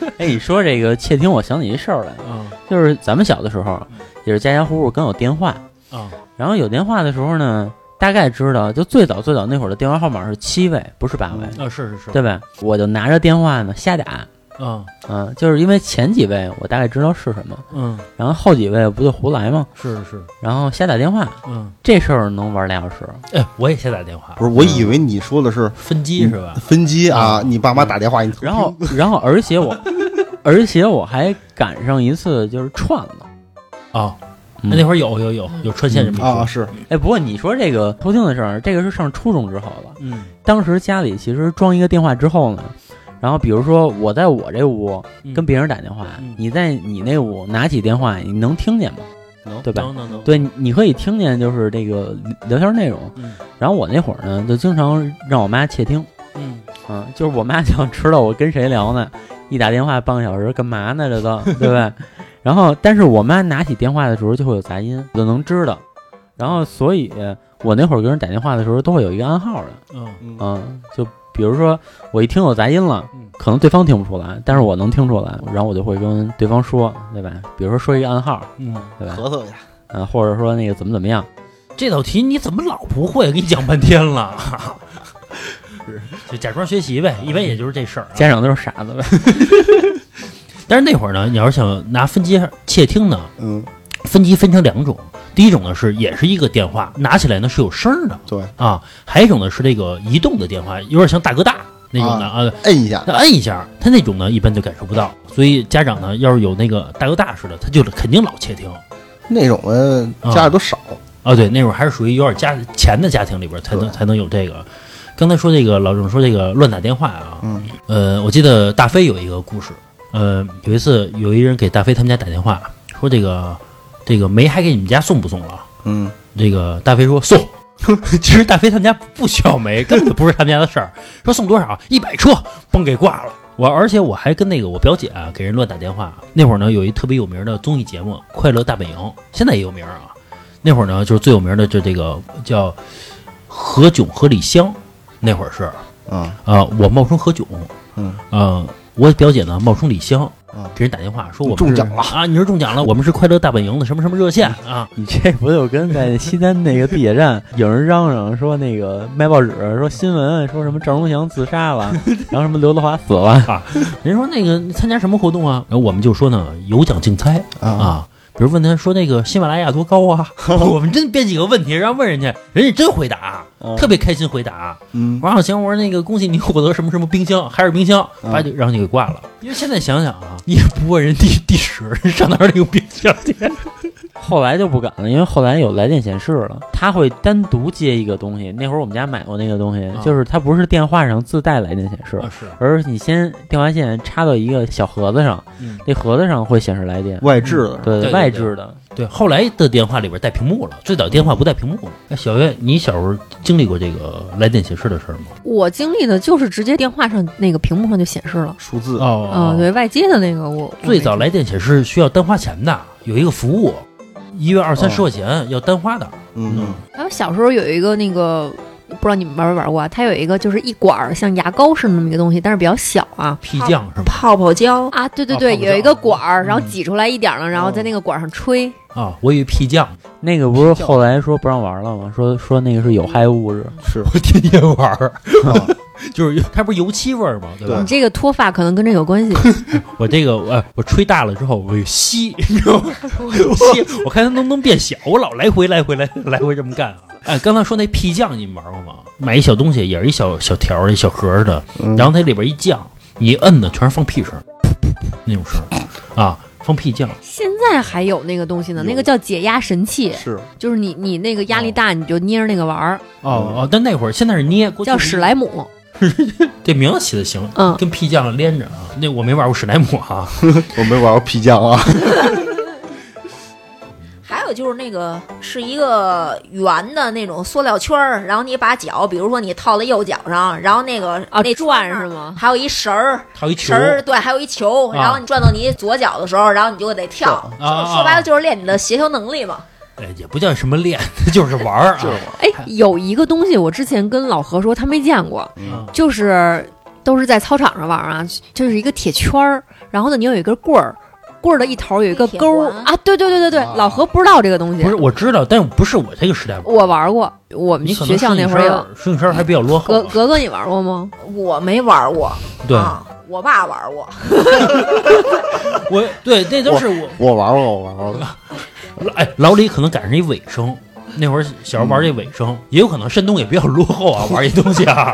哎，你说这个窃听，我想起一事儿来，啊就是咱们小的时候，也是家家户户跟有电话，啊然后有电话的时候呢，大概知道，就最早嗯最早那会儿的电话号码是七位，不是八位，啊，是是是，对吧？我就拿着电话呢瞎打，啊，嗯，就是因为前几位我大概知道是什么，嗯，然后后几位不就胡来吗？是是是，然后瞎打电话，嗯，这事儿能玩俩小时，哎，我也先打电话，嗯不是，我以为你说的是分机是吧？分机啊，你爸妈打电话，你然后然后而且我 而且我还赶上一次就是串了。啊，嗯那那会儿有有有有穿线这么啊一说，是哎，不过你说这个偷听的事儿，这个是上初中之后了。嗯当时家里其实装一个电话之后呢，然后比如说我在我这屋嗯跟别人打电话，嗯你在你那屋拿起电话，你能听见吗？能嗯对吧能能能，对，你你可以听见就是这个聊天内容。嗯然后我那会儿呢，就经常让我妈窃听，嗯嗯， 就是我妈想知道我跟谁聊呢，一打电话半个小时干嘛呢？这 都对吧？然后，但是我妈拿起电话的时候就会有杂音，我就能知道。然后，所以呃我那会儿跟人打电话的时候都会有一个暗号的，嗯嗯嗯，就比如说我一听有杂音了嗯，可能对方听不出来，但是我能听出来，然后我就会跟对方说，对吧？比如说说一个暗号，嗯，对吧？核桃呀，嗯，或者说那个怎么怎么样，这道题你怎么老不会？给你讲半天了，就 假装学习呗，一般也就是这事儿啊。家长都是傻子呗。但是那会儿呢，你要是想拿分机窃听呢，嗯，分级分成两种，第一种呢是也是一个电话，拿起来呢是有声儿的对，啊，还有一种呢是这个移动的电话，有点像大哥大那种的啊，摁一下那、摁一下，他那种呢一般就感受不到，所以家长呢要是有那个大哥大似的，他就肯定老窃听那种的家里都少，啊。对，那会儿还是属于有点家钱的家庭里边才能对才能有这个。刚才说这个老郑说这个乱打电话啊，嗯呃，我记得大飞有一个故事，呃，有一次有一人给大飞他们家打电话说这个这个煤还给你们家送不送了啊？嗯这个大飞说送。 其实大飞他们家不需要煤，根本不是他们家的事儿。说送多少，一百车，嘣给挂了。我而且我还跟那个我表姐啊，给人乱打电话。那会儿呢，有一特别有名的综艺节目《快乐大本营》，现在也有名啊。那会儿呢，就是最有名的就这个叫何炅和李湘，那会儿是啊啊，我冒充何炅，嗯呃，我表姐呢冒充李湘啊，给人打电话说我们中是奖了嗯啊，你是中奖了，我们是快乐大本营的什么什么热线啊， 你这不就跟在西单那个地铁 站有人嚷嚷说那个卖报纸说新闻说什么赵忠祥自杀 了，然后什么刘德华死了，人说那个你参加什么活动啊？然后我们就说呢，有奖竞猜啊，啊。比如问他说那个喜马拉雅多高 啊？我们真编几个问题，然后问人家，人家真回答，啊特别开心回答。嗯我说啊行，我说那个恭喜你获得什么什么冰箱，海尔冰箱，嗯把就让你给挂了。因为现在想想啊，你也不问人地 地址，上哪儿领冰箱去？啊后来就不敢了，因为后来有来电显示了，他会单独接一个东西。那会儿我们家买过那个东西啊，就是它不是电话上自带来电显示，是，啊而是你先电话线插到一个小盒子上，嗯，那盒子上会显示来电，外置的，对对对外置的。对。后来的电话里边带屏幕了，最早电话不带屏幕了。哎，小月，你小时候经历过这个来电显示的事儿吗？我经历的就是直接电话上那个屏幕上就显示了。数字哦啊、对外接的那个我我最没早来电显示需要单花钱的，有一个服务，一月二三十块钱要单花的。嗯还有哎小时候有一个那个，不知道你们玩没玩过啊？它有一个就是一管儿像牙膏似的那么一个东西，但是比较小啊。 P 酱是吗？泡泡胶，啊，对对啊对，泡不有上一个管儿，然后嗯挤出来一点儿了，然后在那个管儿上吹。啊，我以为 P 酱，那个不是后来说不让玩了吗？说说那个是有害物质。是我天天玩儿，啊 就是它不是油漆味儿吗？对吧？你这个脱发可能跟这 有关系。我这个呃我我吹大了之后，我吸，你知道吗？ 我吸，我看它能不能变小，我老来回来回来来回这么干啊。哎，刚才说那 P 酱你们玩过吗？买一小东西，也是一小小条儿、一小盒儿的，嗯然后它里边一酱，你一摁的全是放屁声儿，那种声儿啊，放屁酱。现在还有那个东西呢，那个叫解压神器，是就是你你那个压力大，你就捏着那个玩儿，哦哦，但那会儿现在是捏，过去叫是史捏莱姆。这名字起的行，嗯跟屁酱连着啊。那我没玩过史莱姆啊，我没玩过皮匠啊，还有就是那个是一个圆的那种塑料圈儿，然后你把脚，比如说你套在右脚上，然后那个啊那转那是吗还有一绳儿，还有一球绳儿对，还有一球，啊然后你转到你左脚的时候，然后你就得跳。啊啊就说白了就是练你的协调能力嘛。哎，也不叫什么练， 就是玩儿啊。就是哎，有一个东西我之前跟老何说他没见过，嗯就是都是在操场上玩儿啊，就是一个铁圈儿，然后呢你有一根棍儿，棍儿的一头有一个钩铁儿环啊，对对对对对，啊老何不知道这个东西，不是，我知道，但不是我这个时代玩。我玩过，我们你可能哦学校那会儿有。顺应声还比较落后格啊。格格，你玩过吗？我没玩过，对，啊、我爸玩过，我对，那都是我我玩过，我玩过，哎，老李可能赶上一尾声，那会儿小时候玩这尾声，也有可能山东也比较落后啊，玩这东西 啊，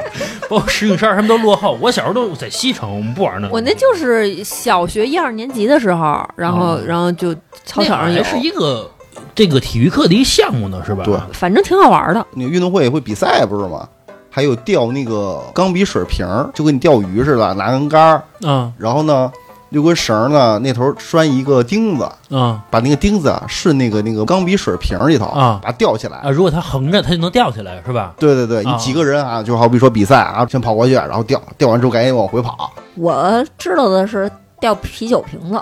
包括石景山他们都落后。我小时候都在西城，我们不玩那个。我那就是小学一二年级的时候，然后、哦然后就操场上那有还，是一个这个体育课的一项目呢，是吧？对反正挺好玩的。你运动会会比赛不是吗？还有钓那个钢笔水瓶儿，就跟你钓鱼似的，拿根杆儿，啊然后呢，六根绳儿呢，那头拴一个钉子，啊把那个钉子啊顺那个那个钢笔水瓶儿里头啊把它吊起来。啊！如果它横着，它就能吊起来，是吧？对对对，啊你几个人啊，就好比说比赛啊，先跑过去，然后吊，吊完之后赶紧往回跑。我知道的是掉啤酒瓶子，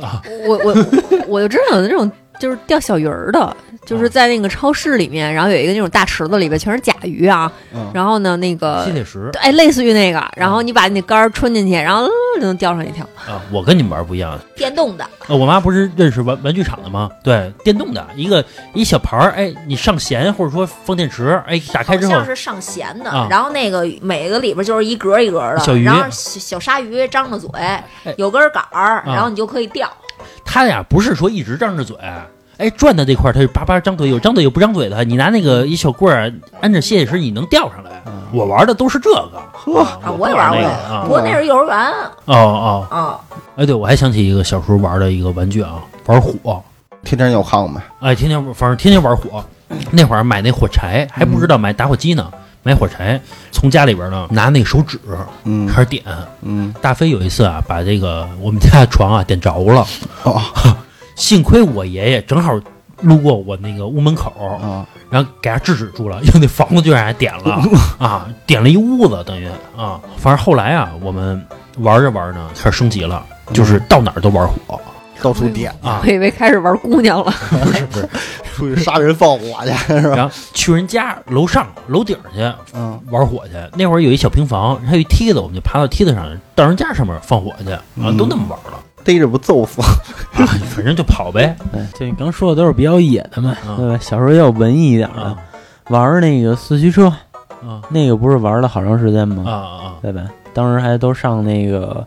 啊，我我我就知道有那种就是钓小鱼儿的，啊就是在那个超市里面，然后有一个那种大池子，里边全是甲鱼啊，嗯，然后呢那个吸。铁石哎，类似于那个，然后你把那杆儿穿进去，然后呃就能钓上一条。啊，我跟你们玩不一样。电动的，呃，我妈不是认识玩玩具厂的吗？对，电动的一个一小盘儿，哎，你上弦或者说放电池，哎，打开好之后像是上弦的啊，然后那个每个里边就是一格一格的，小鱼哎然后小小鲨鱼张着嘴，有根杆啊儿，然后你就可以钓。他俩不是说一直张着嘴，哎，转的这块儿他就叭叭张嘴，有张嘴有不张嘴的。你拿那个一小棍儿按着蟹石，你能钓上来。我玩的都是这个，呵，啊，我我也不玩那过个呀，啊不。过那是幼儿园啊哦哦，啊，哎，对，我还想起一个小时候玩的一个玩具啊，玩火，天天要看我们，哎，天天反正天天玩火。那会儿买那火柴还不知道买打火机呢，买火柴，从家里边呢拿那个手指嗯开始点。嗯，大飞有一次啊，把这个我们家的床啊点着了，哦幸亏我爷爷正好路过我那个屋门口，啊，然后给他制止住了，因为那房子就让人点 了啊，点了一屋子等于啊，反正后来啊，我们玩着玩着呢，开始升级了，就是到哪儿都玩火到处点，嗯啊我，以为开始玩姑娘了， 不是不是， 出去杀人放火去是吧？然后去人家楼上楼顶去嗯玩火去，那会儿有一小平房，还有一梯子，我们就爬到梯子上，到人家上面放火去啊，嗯都那么玩了 逮着不揍死？啊，反正就跑呗这你刚说的都是比较野的嘛，嗯对吧？小时候要文艺一点的啊，玩那个四驱车，啊那个不是玩了好长时间吗？啊啊对吧？当时还都上那个，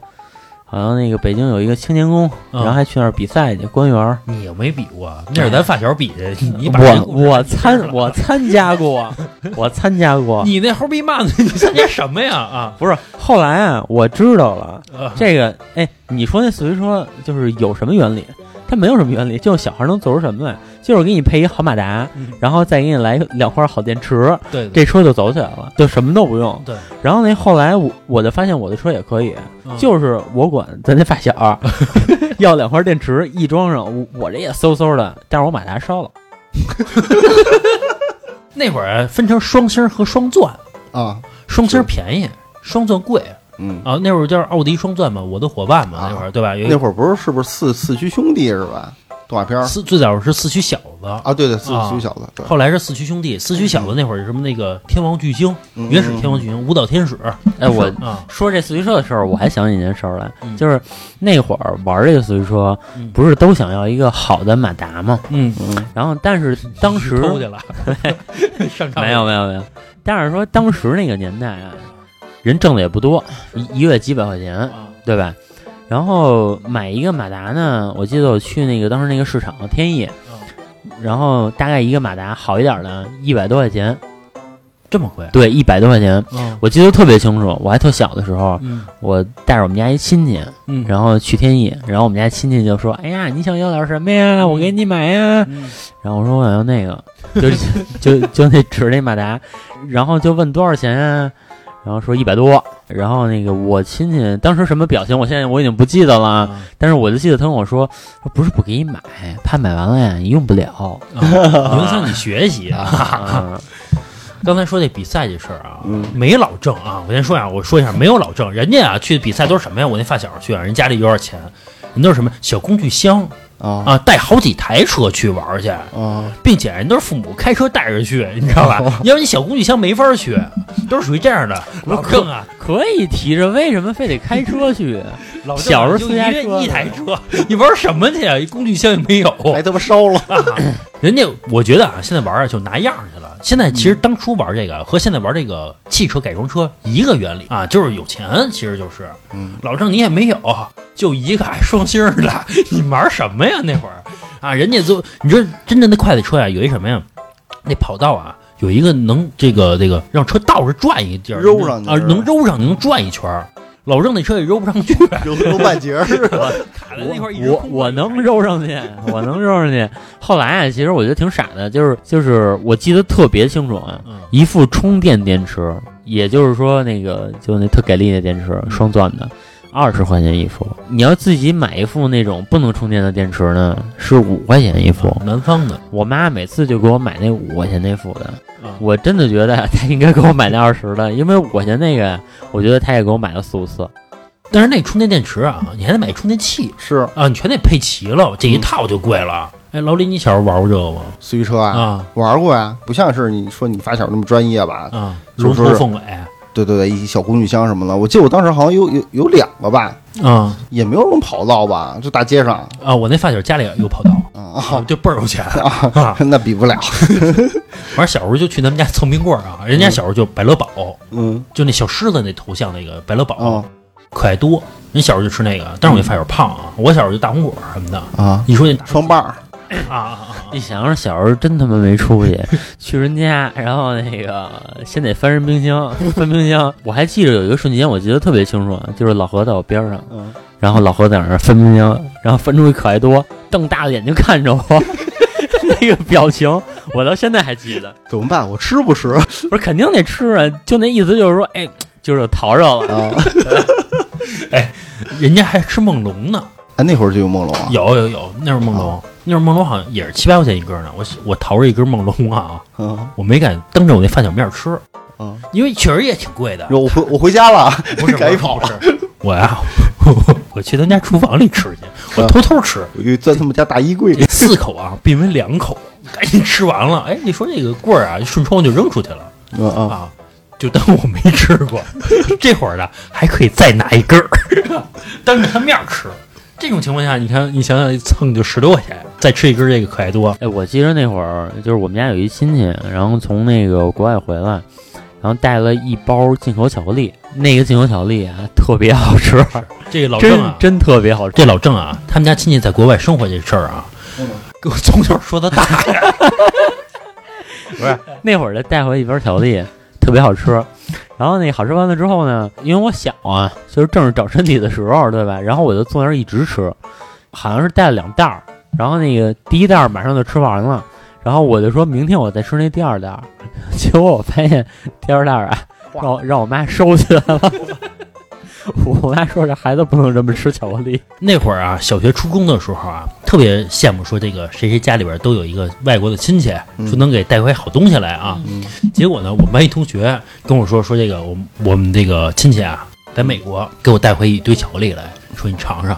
好像那个北京有一个青年宫，嗯然后还去那儿比赛去，官员儿。你也没比过，那是咱发小比的。你把人我故事我给参了我参加过，我参加 过。你那猴逼骂子，你参加什么呀？啊，不是，后来啊，我知道了啊这个。哎，你说那四驱车就是有什么原理？它没有什么原理，就是小孩能做出什么来，就是给你配一好马达，嗯然后再给你来两块好电池，对这车就走起来了，就什么都不用。对。然后那后来我我就发现我的车也可以，嗯就是我管咱那发小 要两块电池，一装上，我我这也嗖嗖的，但是我马达烧了。那会儿分成双星儿和双钻，啊，双星儿便宜，双钻贵嗯，啊。那会儿叫奥迪双钻嘛，我的伙伴嘛，啊那会儿对吧？有一那会儿不是是不是四四驱兄弟是吧？动画片儿四最早是四驱小子，啊，对对，四啊驱小子，对，后来是四驱兄弟。四驱小子那会儿是什么那个天王巨星，嗯原始天王巨星，舞蹈天使 哎，我啊，说这四驱车的时候，我还想起一件事儿来，嗯就是那会儿玩这个四驱车嗯，不是都想要一个好的马达吗？嗯，然后，但是当时偷去了， 上场没有没有没有，但是说当时那个年代啊，人挣的也不多，一一月几百块钱，啊对吧？然后买一个马达呢，我记得我去那个当时那个市场天意，啊然后大概一个马达好一点的，一百多块钱，这么贵啊？对，一百多块钱，嗯我记得特别清楚。我还特小的时候，嗯我带着我们家一亲戚，嗯然后去天意，然后我们家亲戚就说：“哎呀，你想要点什么呀？我给你买呀。嗯然后我说：“我想要那个， 就就就那纸那马达。”然后就问多少钱啊？然后说一百多。然后那个我亲戚当时什么表情，我现在我已经不记得了啊，啊但是我就记得他跟我说：“说不是不给你买，怕买完了呀你用不了。啊影响你学习啊。 啊刚才说这比赛这事儿啊，嗯没老郑啊，我先说啊，我说一下，没有老郑，人家啊去比赛都是什么呀？我那发小去啊，人家里有点钱，人都是什么小工具箱啊啊，带好几台车去玩儿去，啊，并且人都是父母开车带着去，你知道吧？要不你小工具箱没法去，都是属于这样的。老郑啊，可以提着，为什么非得开车去？ 老郑啊小时候就私一家人车哦一台车，你玩什么去啊？工具箱也没有， 还他妈烧了， 人家我觉得啊，现在玩啊就拿样儿去了。现在其实当初玩这个和现在玩这个汽车改装车一个原理啊，就是有钱，其实就是，嗯，老郑你也没有，就一个还双星儿的， 你玩什么呀那会儿啊？人家就你说真正的快的车呀，有一什么呀？那跑道啊，有一个能这个这个让车倒着转一地儿，揉上去啊，是吧能揉上能转一圈儿。老郑那车也揉不上去， 有有半截儿是 吧？卡在那块儿一直我我空着我能揉上去，我能揉上去。后来啊，其实我觉得挺傻的，就是就是我记得特别清楚啊，嗯一副充电电池，也就是说那个就那特给力的电池，双钻的，二十块钱一副。你要自己买一副那种不能充电的电池呢，是五块钱一副。南方的，我妈每次就给我买那五块钱那副的，啊我真的觉得她应该给我买那二十的，因为五块钱那个，我觉得她也给我买了四五次。但是那充电电池啊，你还得买充电器是啊，你全得配齐了，这一套就贵了。哎，老李，你小时候玩过这个吗？四驱车啊，啊玩过呀，不像是你说你发小那么专业吧？啊，就龙是头凤尾对对对，一小工具箱什么的，我记得我当时好像有有有两个吧，啊也没有什么跑道吧，就大街上 啊！我那发小家里有跑道，啊，就倍儿有钱哦啊。 那比不了，反正小时候就去他们家蹭冰棍儿啊，人家小时候就百乐宝，嗯就那小狮子那头像那个百乐宝啊，可爱多。人小时候就吃那个，但是我那发小胖啊，我小时候就大红果儿什么的。啊，你说你打双棒儿啊啊一想着小时候真他妈没出息，去人家，然后那个先得翻人冰箱，翻冰箱。我还记得有一个瞬间，我记得特别清楚，就是老何在我边上，嗯，然后老何在那儿翻冰箱，然后翻出一可爱多，瞪大了眼睛看着我， 那个表情我到现在还记得。怎么办？我吃不 吃我说肯定得吃啊，就那意思就是说，哎，就是淘着了。啊？啊！人家还吃梦龙呢，哎，那会儿就有梦龙啊，有有有，那会儿梦龙，那会儿梦龙好像也是七八块钱一根儿呢。我我淘着一根梦龙啊，嗯我没敢当着我那发小面吃，嗯，因为确实也挺贵的。我回我回家了， 不是改跑了，不是我呀、我 去他们家厨房里吃去，我偷偷 吃，我就钻他们家大衣柜这里，四口啊变为两口，赶紧吃完了。哎，你说这个棍儿啊，顺窗就扔出去了嗯啊，啊，就当我没吃过。 这会儿呢，还可以再拿一根儿， 当着他面儿吃。这种情况下，你看，你想想，一蹭就十多块钱，再吃一根这个可爱多，哎，我记得那会儿就是我们家有一亲戚，然后从那个国外回来，然后带了一包进口巧克力，那个进口巧克力啊特别好吃，这个老真郑啊，真特别好吃。这老郑啊，他们家亲戚在国外生活这事儿啊，给我从小说到大， 那会儿他带回一包巧克力，特别好吃。然后那好吃完了之后呢，因为我小啊，就是正是长身体的时候，对吧？然后我就坐那儿一直吃，好像是带了两袋儿，然后那个第一袋儿马上就吃完了，然后我就说明天我再吃那第二袋儿， 结果我发现第二袋儿啊，让哦我让我妈收起来了。 我妈说这孩子不能这么吃巧克力，那会儿啊，小学、初中的时候啊，特别羡慕说这个谁谁家里边都有一个外国的亲戚，嗯说能给带回好东西来啊。嗯结果呢，我们班一同学跟我说说这个我们我们这个亲戚啊，在美国给我带回一堆巧克力来，说你尝 尝。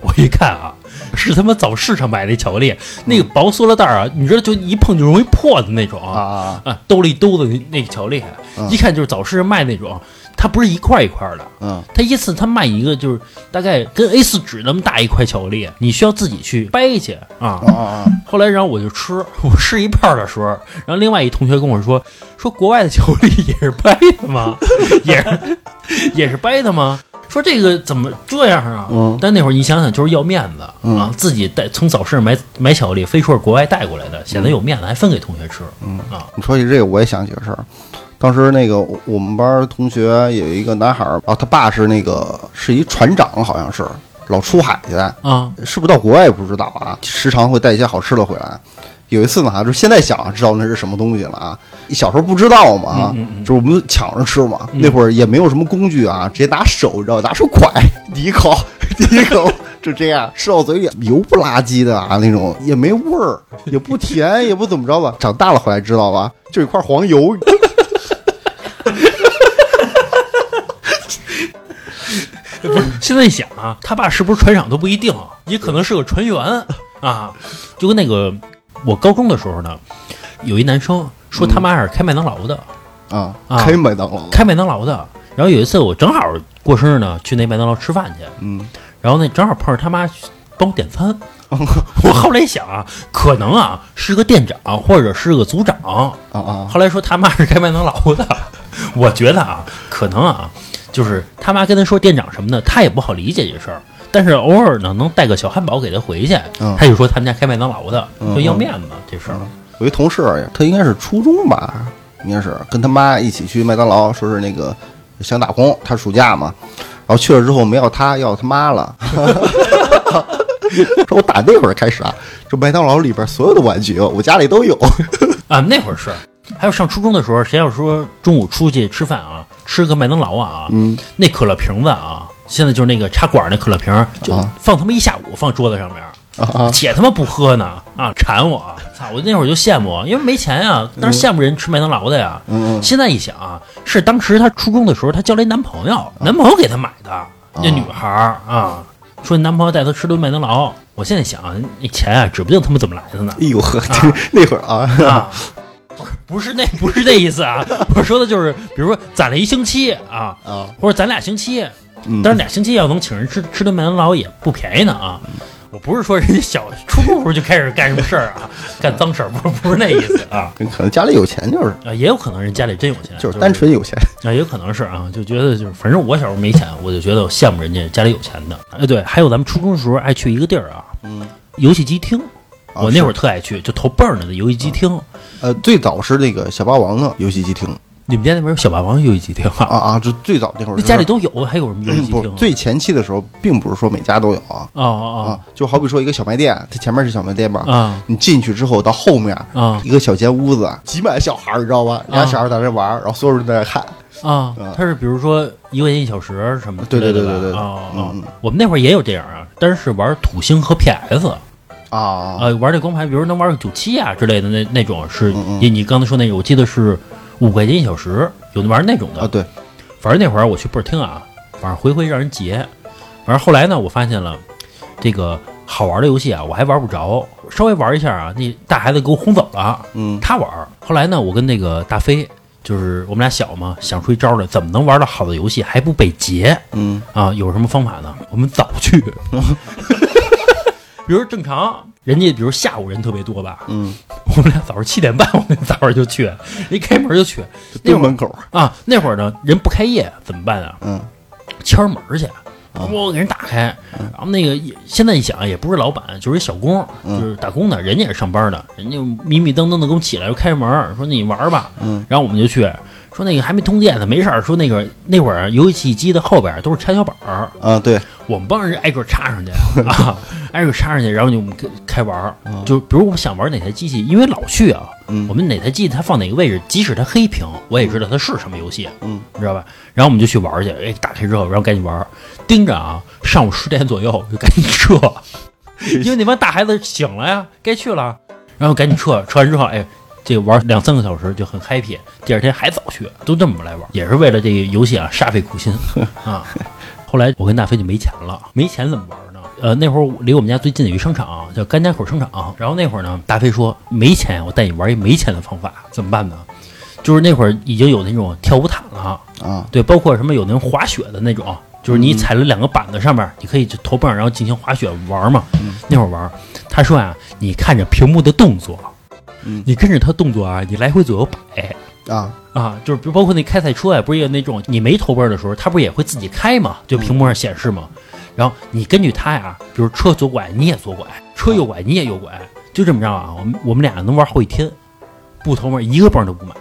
我一看啊，是他妈早市上买的巧克力，那个薄塑料袋儿啊，你知道就一碰就容易破的那种啊啊，啊，兜里兜的那那个巧克力，嗯一看就是早市上卖那种，它不是一块一块的。嗯他一次他卖一个就是大概跟 A 四纸那么大一块巧克力，你需要自己去掰去啊。啊啊，后来然后我就吃，我吃一半的时候，然后另外一同学跟我说，说国外的巧克力也是掰的吗？ 也是也是掰的吗？说这个怎么这样啊？嗯但那会儿你想想，就是要面子啊嗯，自己带从早市买买巧克力，非说是国外带过来的，嗯显得有面子，还分给同学吃。啊你说起这个，我也想起个事儿。当时那个我我们班儿同学有一个男孩儿，啊，他爸是那个是一船长，好像是老出海去，啊是不是到国外也不知道啊，时常会带一些好吃的回来。有一次呢，就是现在想啊知道那是什么东西了啊，小时候不知道嘛，啊嗯嗯嗯就是我们抢着吃嘛，嗯那会儿也没有什么工具啊，直接拿手，你知道，拿手蒯，第一口，第一口就这样吃到嘴里，油不拉几的啊，那种也没味儿，也不甜，也不怎么着吧。长大了回来知道吧，就一块黄油， 现在一想啊，他爸是不是船长都不一定，啊也可能是个船员啊。就跟那个我高中的时候呢，有一男生说他妈是开麦当劳的，啊，啊开麦当劳，开麦当劳的。然后有一次我正好过生日呢，去那麦当劳吃饭去，嗯然后那正好碰上他妈帮我点餐，我后来想啊，可能啊是个店长或者是个组长， 啊啊，后来说他妈是开麦当劳的， 我觉得啊，可能啊，就是他妈跟他说店长什么的，他也不好理解这事儿。但是偶尔呢，能带个小汉堡给他回去，嗯他就说他们家开麦当劳的，嗯就要面子这事儿。我一同事，他应该是初中吧，应该是跟他妈一起去麦当劳，说是那个想打工，他暑假嘛，然后去了之后没要他，要他妈了。 说我打那会儿开始啊，这麦当劳里边所有的玩具，我家里都有。啊，那会儿是，还有上初中的时候，谁要说中午出去吃饭啊，吃个麦当劳啊，嗯，那可乐瓶子啊，现在就是那个插管儿那可乐瓶儿，就啊放他妈一下午，放桌子上面儿，啊啊，且他妈不喝呢啊，馋我，操！我那会儿就羡慕，啊因为没钱呀，当时羡慕人吃麦当劳的呀。嗯现在一想啊，是当时她初中的时候，她交了一男朋啊友，男朋友给她买的，那女孩儿啊，说你男朋友带她吃顿麦当劳。我现在想啊，那钱啊，指不定他们怎么来的呢。哎呦呵，这那会儿啊，啊，不是那不是这意思 啊，我说的就是，比如说攒了一星期啊，啊，或者攒俩星期，嗯但是俩星期要能请人吃吃顿麦当劳也不便宜呢啊。我不是说人家小初中时候就开始干什么事儿啊，干脏事儿，不是不是那意思啊。可能家里有钱，就是啊，也有可能人家里真有钱，就是单纯有钱。啊，也有可能是啊，就觉得就是，反正我小时候没钱，我就觉得我羡慕人家家里有钱的。哎，对，还有咱们初中的时候爱去一个地儿啊，嗯，游戏机厅，啊我那会是儿特爱去，就投奔儿的游戏机厅。呃，最早是那个小霸王的游戏机厅你们家那边有小霸王游戏机厅啊？啊啊，这最早那会儿那是家里都有，还有什么游戏机嗯不厅啊？最前期的时候，并不是说每家都有啊，哦哦啊，就好比说一个小卖店，它前面是小卖店吧，哦啊你进去之后到后面啊一个小间屋子，挤满小孩儿，你知道吧？人家啊小孩儿在那玩儿，然后所有人都在那看，啊啊！它是比如说一块钱一小时什么之对类对的吧？对对对对哦嗯哦，我们那会儿也有这样啊，但是是玩土星和 PS 啊啊，玩这光盘，比如能玩个九七啊之类的那那种是嗯嗯，你你刚才说那个，我记得是五块钱一小时，有玩那种的啊，对，反正那会儿我去倍儿听啊，反正回回让人截。反正后来呢，我发现了这个好玩的游戏啊，我还玩不着，稍微玩一下啊，那大孩子给我轰走了，嗯他玩儿。后来呢，我跟那个大飞，就是我们俩小嘛，想出一招来，怎么能玩到好的游戏还不被截嗯啊？有什么方法呢？我们早去，比如正常。人家比如下午人特别多吧，嗯，我们俩早上七点半，我们早上就去，一开门就去那就会儿门口儿，啊。那会儿呢，人不开业怎么办啊？嗯啊敲门去，我给人打开，嗯然后那个也现在一想也不是老板，就是一小工，嗯就是打工的，人家也上班的，人家迷迷瞪瞪的给我们起来就开门说你玩吧，嗯然后我们就去。说那个还没通电呢，没事儿。说那个那会儿游戏机的后边都是插小板儿，啊，对，我们帮人挨个插上去 啊，挨个插上去，然后就我们开开玩儿。就比如我们想玩哪台机器，因为老去啊，嗯我们哪台机器它放哪个位置，即使它黑屏，我也知道它是什么游戏，嗯，你知道吧？然后我们就去玩儿去，哎，打开之后，然后赶紧玩儿，盯着啊，上午十点左右就赶紧 撤，因为那帮大孩子醒了呀，该去了，然后赶紧撤，撤完之后，哎。这个玩儿两三个小时就很 happy，第二天还早去，都这么来玩儿，也是为了这个游戏啊煞费苦 心啊。后来我跟大飞就没钱了，没钱怎么玩呢？呃，那会儿离我们家最近有一商场叫甘家口商场，然后那会儿呢，大飞说没钱，我带你玩一没钱的方法，怎么办呢？就是那会儿已经有那种跳舞毯了，啊对，包括什么有那种滑雪的那种，就是你踩了两个板子上面，你可以就头蹦，然后进行滑雪玩嘛。那会儿玩，他说啊，你看着屏幕的动作，嗯你跟着他动作啊，你来回左右摆。啊，啊，就是比如包括那开赛车呀，不是也有那种你没投奔儿的时候，它不是也会自己开嘛，就屏幕上显示嘛。然后你根据它呀，比如车左拐你也左拐，车右拐你也右拐，就这么着啊。我们我们俩能玩好几天，不投奔儿一个泵都不买。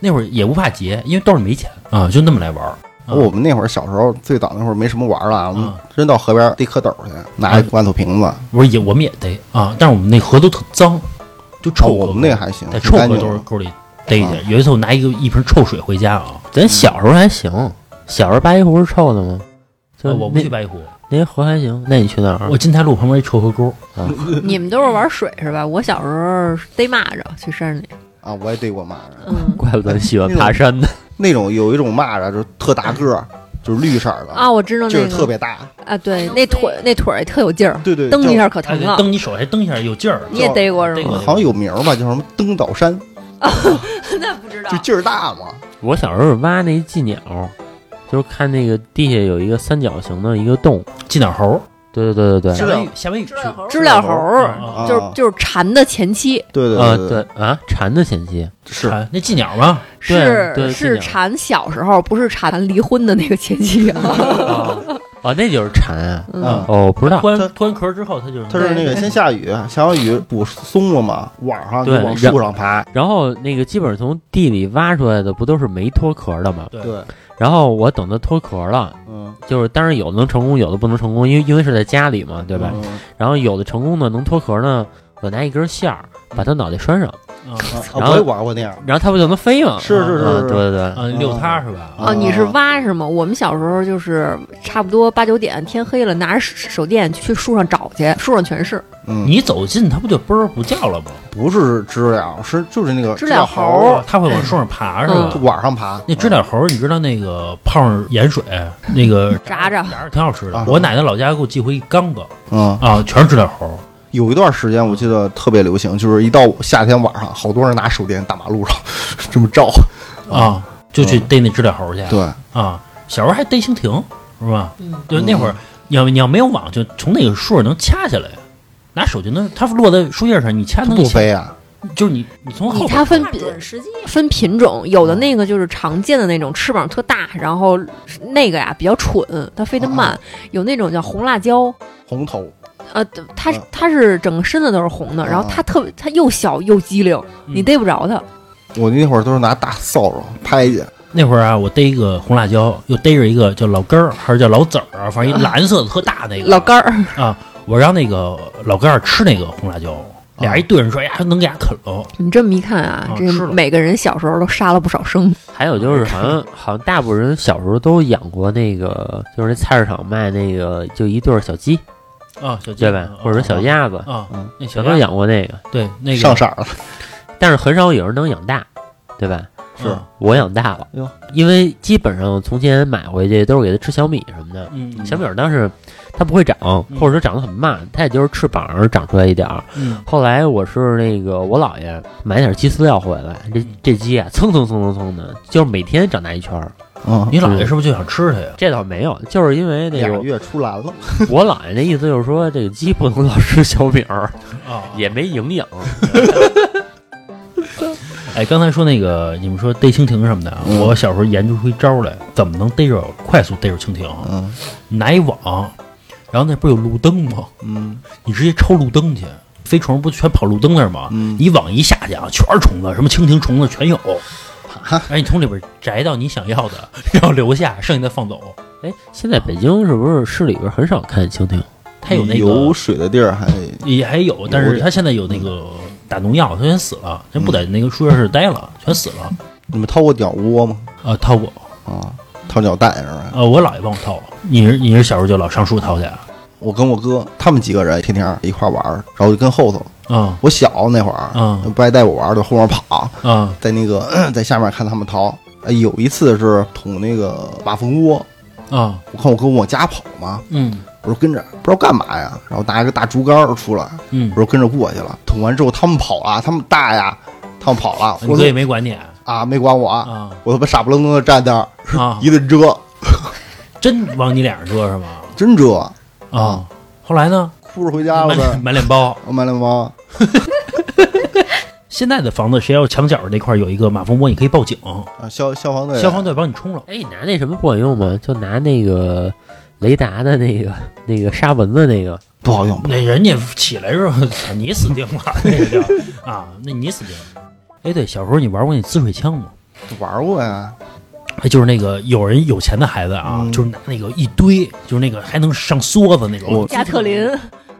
那会儿也不怕劫，因为兜里没钱啊，就那么来玩儿。啊我们那会儿小时候最早那会儿没什么玩儿了啊，我们啊真到河边儿逮蝌蚪去，拿一罐头瓶子，我说也我们也逮啊，但是我们那河都特脏，就哦臭我狗。们那个还行，在挺臭干河净沟的啊沟里逮去。有一次我拿一个一瓶臭水回家啊，咱小时候还行，小时候八一湖是臭的吗？就啊我不嗯那嗯去白湖，那河还行，那你去哪儿？啊我金台路旁边一臭河沟。 你们都是玩水是吧？我小时候是逮蚂蚱去山里，啊，我也对过蚂蚱。嗯 怪不得喜欢爬山呢。那种有一种蚂蚱，啊就是特大个儿，就是绿色儿的，啊，我知道就那是特个别大。啊，对，那腿那腿儿特有劲儿，对对，蹬一叫，下可哎疼对了。蹬你手还蹬一下有劲儿。你也逮过是逮吗？过好像有名儿吧，叫什么登岛山，哦 那不知道就劲儿大嘛。 我小时候挖那寄鸟，就是看那个地下有一个三角形的一个洞，进鸟猴，啊对对对对夏对，威夷，夏威夷知了猴儿知了猴儿，啊，啊就是就是蝉的前妻，对对呃对对啊，蝉的前妻，是蝉那寄鸟吗？对是对是这鸟蝉小时候，不是蝉离婚的那个前妻啊。啊，哦，那就是蝉啊，嗯。哦，我不知道，脱完脱完壳之后，它就是它是那个先下雨，下完雨补松了嘛，晚上就对往树上爬。然后那个基本上从地里挖出来的不都是没脱壳的吗？对对，然后我等它脱壳了，嗯，就是当然有的能成功，有的不能成功，因为因为是在家里嘛，对吧？嗯？然后有的成功的能脱壳呢，我拿一根线儿把它脑袋拴上，啊啊然啊后我也玩过那样，然后它不就能飞吗？是是是啊是对对对，啊，遛它是吧？啊哦，你是挖是吗？我们小时候就是差不多八九点天黑了，拿着手手电去树上找去，树上全是。嗯，你走近它不就啵儿不叫了吗？不是知了，是就是那个知知了了猴猴它会往树上爬是吧嗯儿，？晚上爬。那知了猴儿，你知道那个泡上盐水，那个炸着炸着挺好吃的啊。我奶奶老家给我寄回一缸子嗯，啊，全是知了猴儿。有一段时间我记得特别流行，就是一到夏天晚上，好多人拿手电打马路上这么照。啊，就去逮那知了猴嗯儿去。对，啊，小时候还逮蜻蜓是吧？嗯，对，那会儿你要你要没有网，就从那个树上能掐下来，拿手就能，它落在树叶上，你掐它能不掐，飞啊，就是你你从后你边它分看准时机，分品种，有的那个就是常见的那种，翅膀特大，然后那个呀比较蠢，它飞得慢。有那种叫红辣椒，红头呃，它嗯它是整个身子都是红的，然后啊它特别它又小又机灵，嗯你逮不着它。我那会儿都是拿大扫帚拍去，那会儿啊，我逮一个红辣椒，又逮着一个叫老根儿还是叫老籽儿啊，反正一蓝色的特大那个老干儿，我让那个老根儿吃那个红辣啊椒，俩人一对着说呀，能给它啃了。你这么一看啊，啊这吃了每个人小时候都杀了不少生。还有就是好像好像大部分人小时候都养过那个，就是那菜市场卖那个就一对儿小鸡，啊，小鸡对吧？或者说小鸭子，啊嗯，那小小时候鸭养过那个，对那个上色儿了。但是很少有人能养大，对吧？啊是我养大了哟，因为基本上从前买回去都是给它吃小米什么的，嗯小米儿当时它不会长，嗯或者说长得很慢，它也就是翅膀儿长出来一点儿。嗯后来我是那个我姥爷买点鸡饲料回来，这这鸡啊蹭蹭蹭蹭蹭的，就是每天长大一圈儿。嗯，你姥爷是不是就想吃它呀？这倒没有，就是因为那俩个月出栏了， 我姥爷那意思就是说，这个鸡不能老吃小米儿，啊，也没营养。哎，刚才说那个，你们说逮蜻蜓什么的啊，嗯我小时候研究出一招来，怎么能逮着快速逮着蜻蜓？啊嗯拿一网，然后那不是有路灯吗？嗯你直接抄路灯去，飞虫不全跑路灯那儿吗？嗯你网一下去啊，全是虫子，什么蜻蜓、虫子全有。哎，你从里边摘到你想要的，然后留下，剩下的放走。哎，现在北京是不是市里边很少看蜻蜓？它有那有个水的地儿还也还有，但是它现在有那个嗯打农药，它全死了，它不在那个树叶上待了，全死了。你们掏过鸟窝吗？啊，掏过，啊，掏鸟蛋是吧？呃，我姥爷帮我掏。你是你是小时候就老上树掏去啊？我跟我哥他们几个人天天一块玩儿，然后就跟后头。嗯我小那会儿，嗯不爱带我玩儿，就后面跑，嗯在那个 在下面看他们逃。哎，有一次是捅那个马蜂窝，嗯我看我哥往家跑嘛，嗯我说跟着，不知道干嘛呀，然后拿一个大竹竿儿出来，嗯我，说跟着过去了。捅完之后他们跑了，他们大呀，他们跑了，你我哥也说没管你啊啊没管我，啊我他妈傻不愣登的站那儿啊！一顿遮，真往你脸上遮是吗？真遮，啊，后来呢？哭着回家了满脸呗。满脸包。我买了猫，现在的房子，谁要墙角那块儿有一个马蜂窝，你可以报警，啊，消消防队，消防队帮你冲了。哎，你拿那什么不管用吗？就拿那个雷达的那个那个杀蚊子那个，不好用，那人家起来 之后，操你死定了，那个叫啊，那你死定了。哎，对，小时候你玩过那滋水枪吗？玩过呀，哎，就是那个有人有钱的孩子啊，嗯就是拿那个一堆，就是那个还能上梭子那种我加特林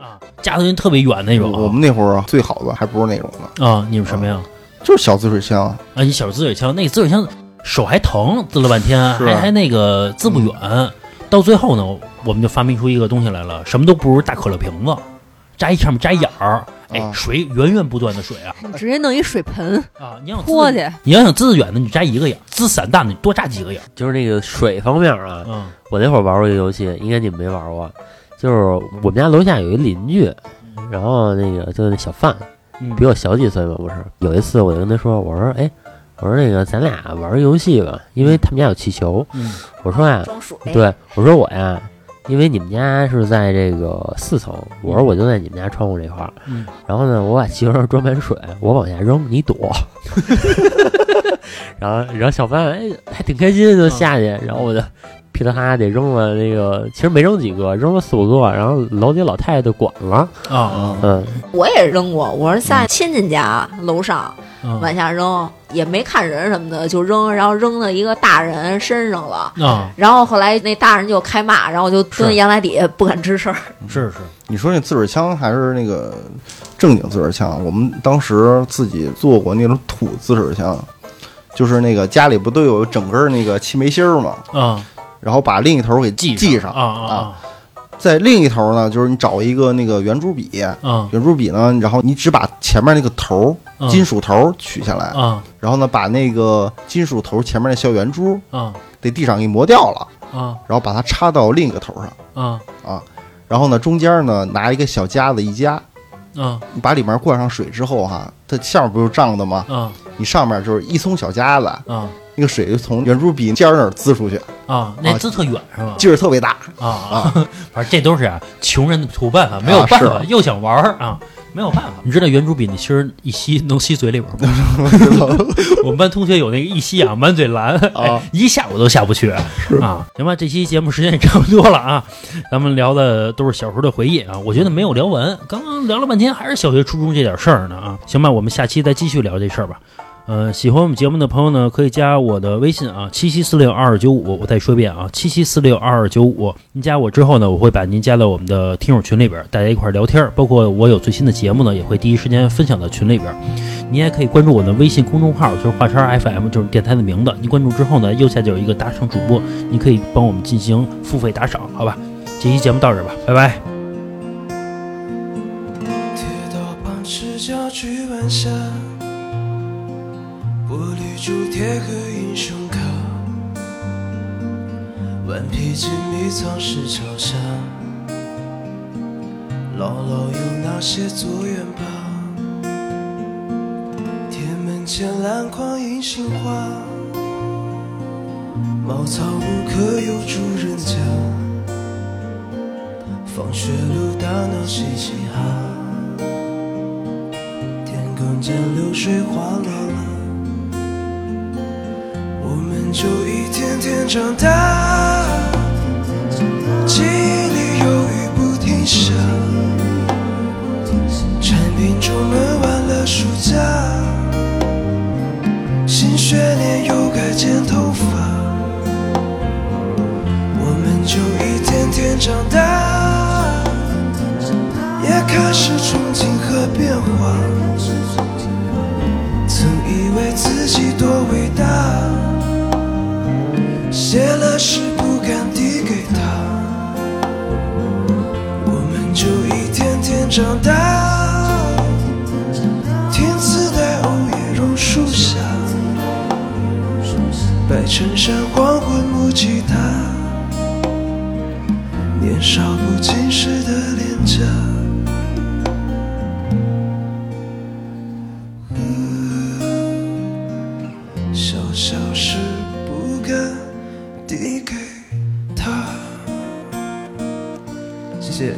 啊，加的人特别远那我种们那会儿最好的还不是那种的，啊啊。你们什么呀？就是小滋水枪，啊，你小时候滋水枪，那个滋水枪手还疼，滋了半天，是啊嗯还还那个滋不远。到最后呢，我们就发明出一个东西来了，什么都不如大可乐瓶子，扎一上面扎一眼儿，哎，啊水源源不断的水啊你 直接弄一水盆啊！你想泼滋，去，你要想滋得远的，你扎一个眼；滋散弹的，你多扎几个眼。就是那个水方面啊。嗯我那会儿玩过一个游戏，应该你们没玩过，就是我们家楼下有一邻居，然后那个就是那小范，嗯比我小几岁嘛，不是？有一次我就跟他说，我说，哎，我说那个咱俩玩儿游戏吧，因为他们家有气球，嗯我说呀、啊装水，对，我说我呀，因为你们家是在这个四层，我说我就在你们家窗户这块儿，嗯然后呢，我把汽油上装满水，我往下扔，你躲。然后，然后小范哎还挺开心，就下去，然后我就噼里啪啦得扔了那个，其实没扔几个，扔了四五个，然后楼里老太太就管了，啊嗯，我也扔过，我是在亲戚家楼上啊往下扔，也没看人什么的就扔，然后扔到一个大人身上了。啊，然后后来那大人就开骂，然后就蹲是阳台底下不敢吱声儿。是是，你说那自个儿枪还是那个正经自个儿枪？我们当时自己做过那种土自个儿枪，就是那个家里不都有整根儿那个气煤芯儿嘛，啊然后把另一头给系系上啊啊在另一头呢，就是你找一个那个圆珠笔，啊圆珠笔呢，然后你只把前面那个头嗯儿金属头儿取下来，啊然后呢把那个金属头儿前面那小圆珠啊得地上给磨掉了，啊然后把它插到另一个头上，啊然后呢中间呢拿一个小夹子一夹，啊你把里面灌上水之后哈、它下面不是胀的吗？啊你上面就是一松小夹子，啊那个水就从圆珠笔尖儿那儿滋出去，啊，那滋特远是吧？劲儿特别大。啊啊， 反正这都是啊，穷人的土办法，没有啊办是法，又想玩儿啊，没有办法。你知道圆珠笔那芯儿一吸能吸嘴里边儿 吗？我们班同学有那个一吸啊，满嘴蓝，哎啊，一下午都下不去啊。行吧，这期节目时间也差不多了啊，咱们聊的都是小时候的回忆啊，我觉得没有聊完，刚刚聊了半天还是小学、初中这点事儿呢啊。行吧，我们下期再继续聊这事儿吧。呃，喜欢我们节目的朋友呢，可以加我的微信啊，七七四六二二九五。我再说一遍啊，七七四六二二九五。您加我之后呢，我会把您加到我们的听友群里边儿，大家一块儿聊天儿。包括我有最新的节目呢，也会第一时间分享到群里边儿。您还可以关注我的微信公众号，就是华叉 FM，就是电台的名字。您关注之后呢，右下角有一个打赏主播，您可以帮我们进行付费打赏，好吧？这期节目到这儿吧，拜拜。铁道旁赤脚剧本杀，玻璃珠贴和英雄卡，顽皮筋迷藏是潮汕，姥姥有那些作业本，铁门前篮筐银杏花，茅草屋可有住人家，放学路打闹嘻嘻哈哈。天空间流水哗啦啦，我们就一天天长大，记忆里有雨不停下，产品出门玩了暑假，新学年又该剪头发，我们就一天天长大。也开始憧憬和变化。曾以为自己多伟大，写了诗不敢递给他。我们就一天天长大，听磁带午夜榕树下，白衬衫黄昏木吉他。年少不经事的脸颊。嗯小小事不敢递给他。谢谢。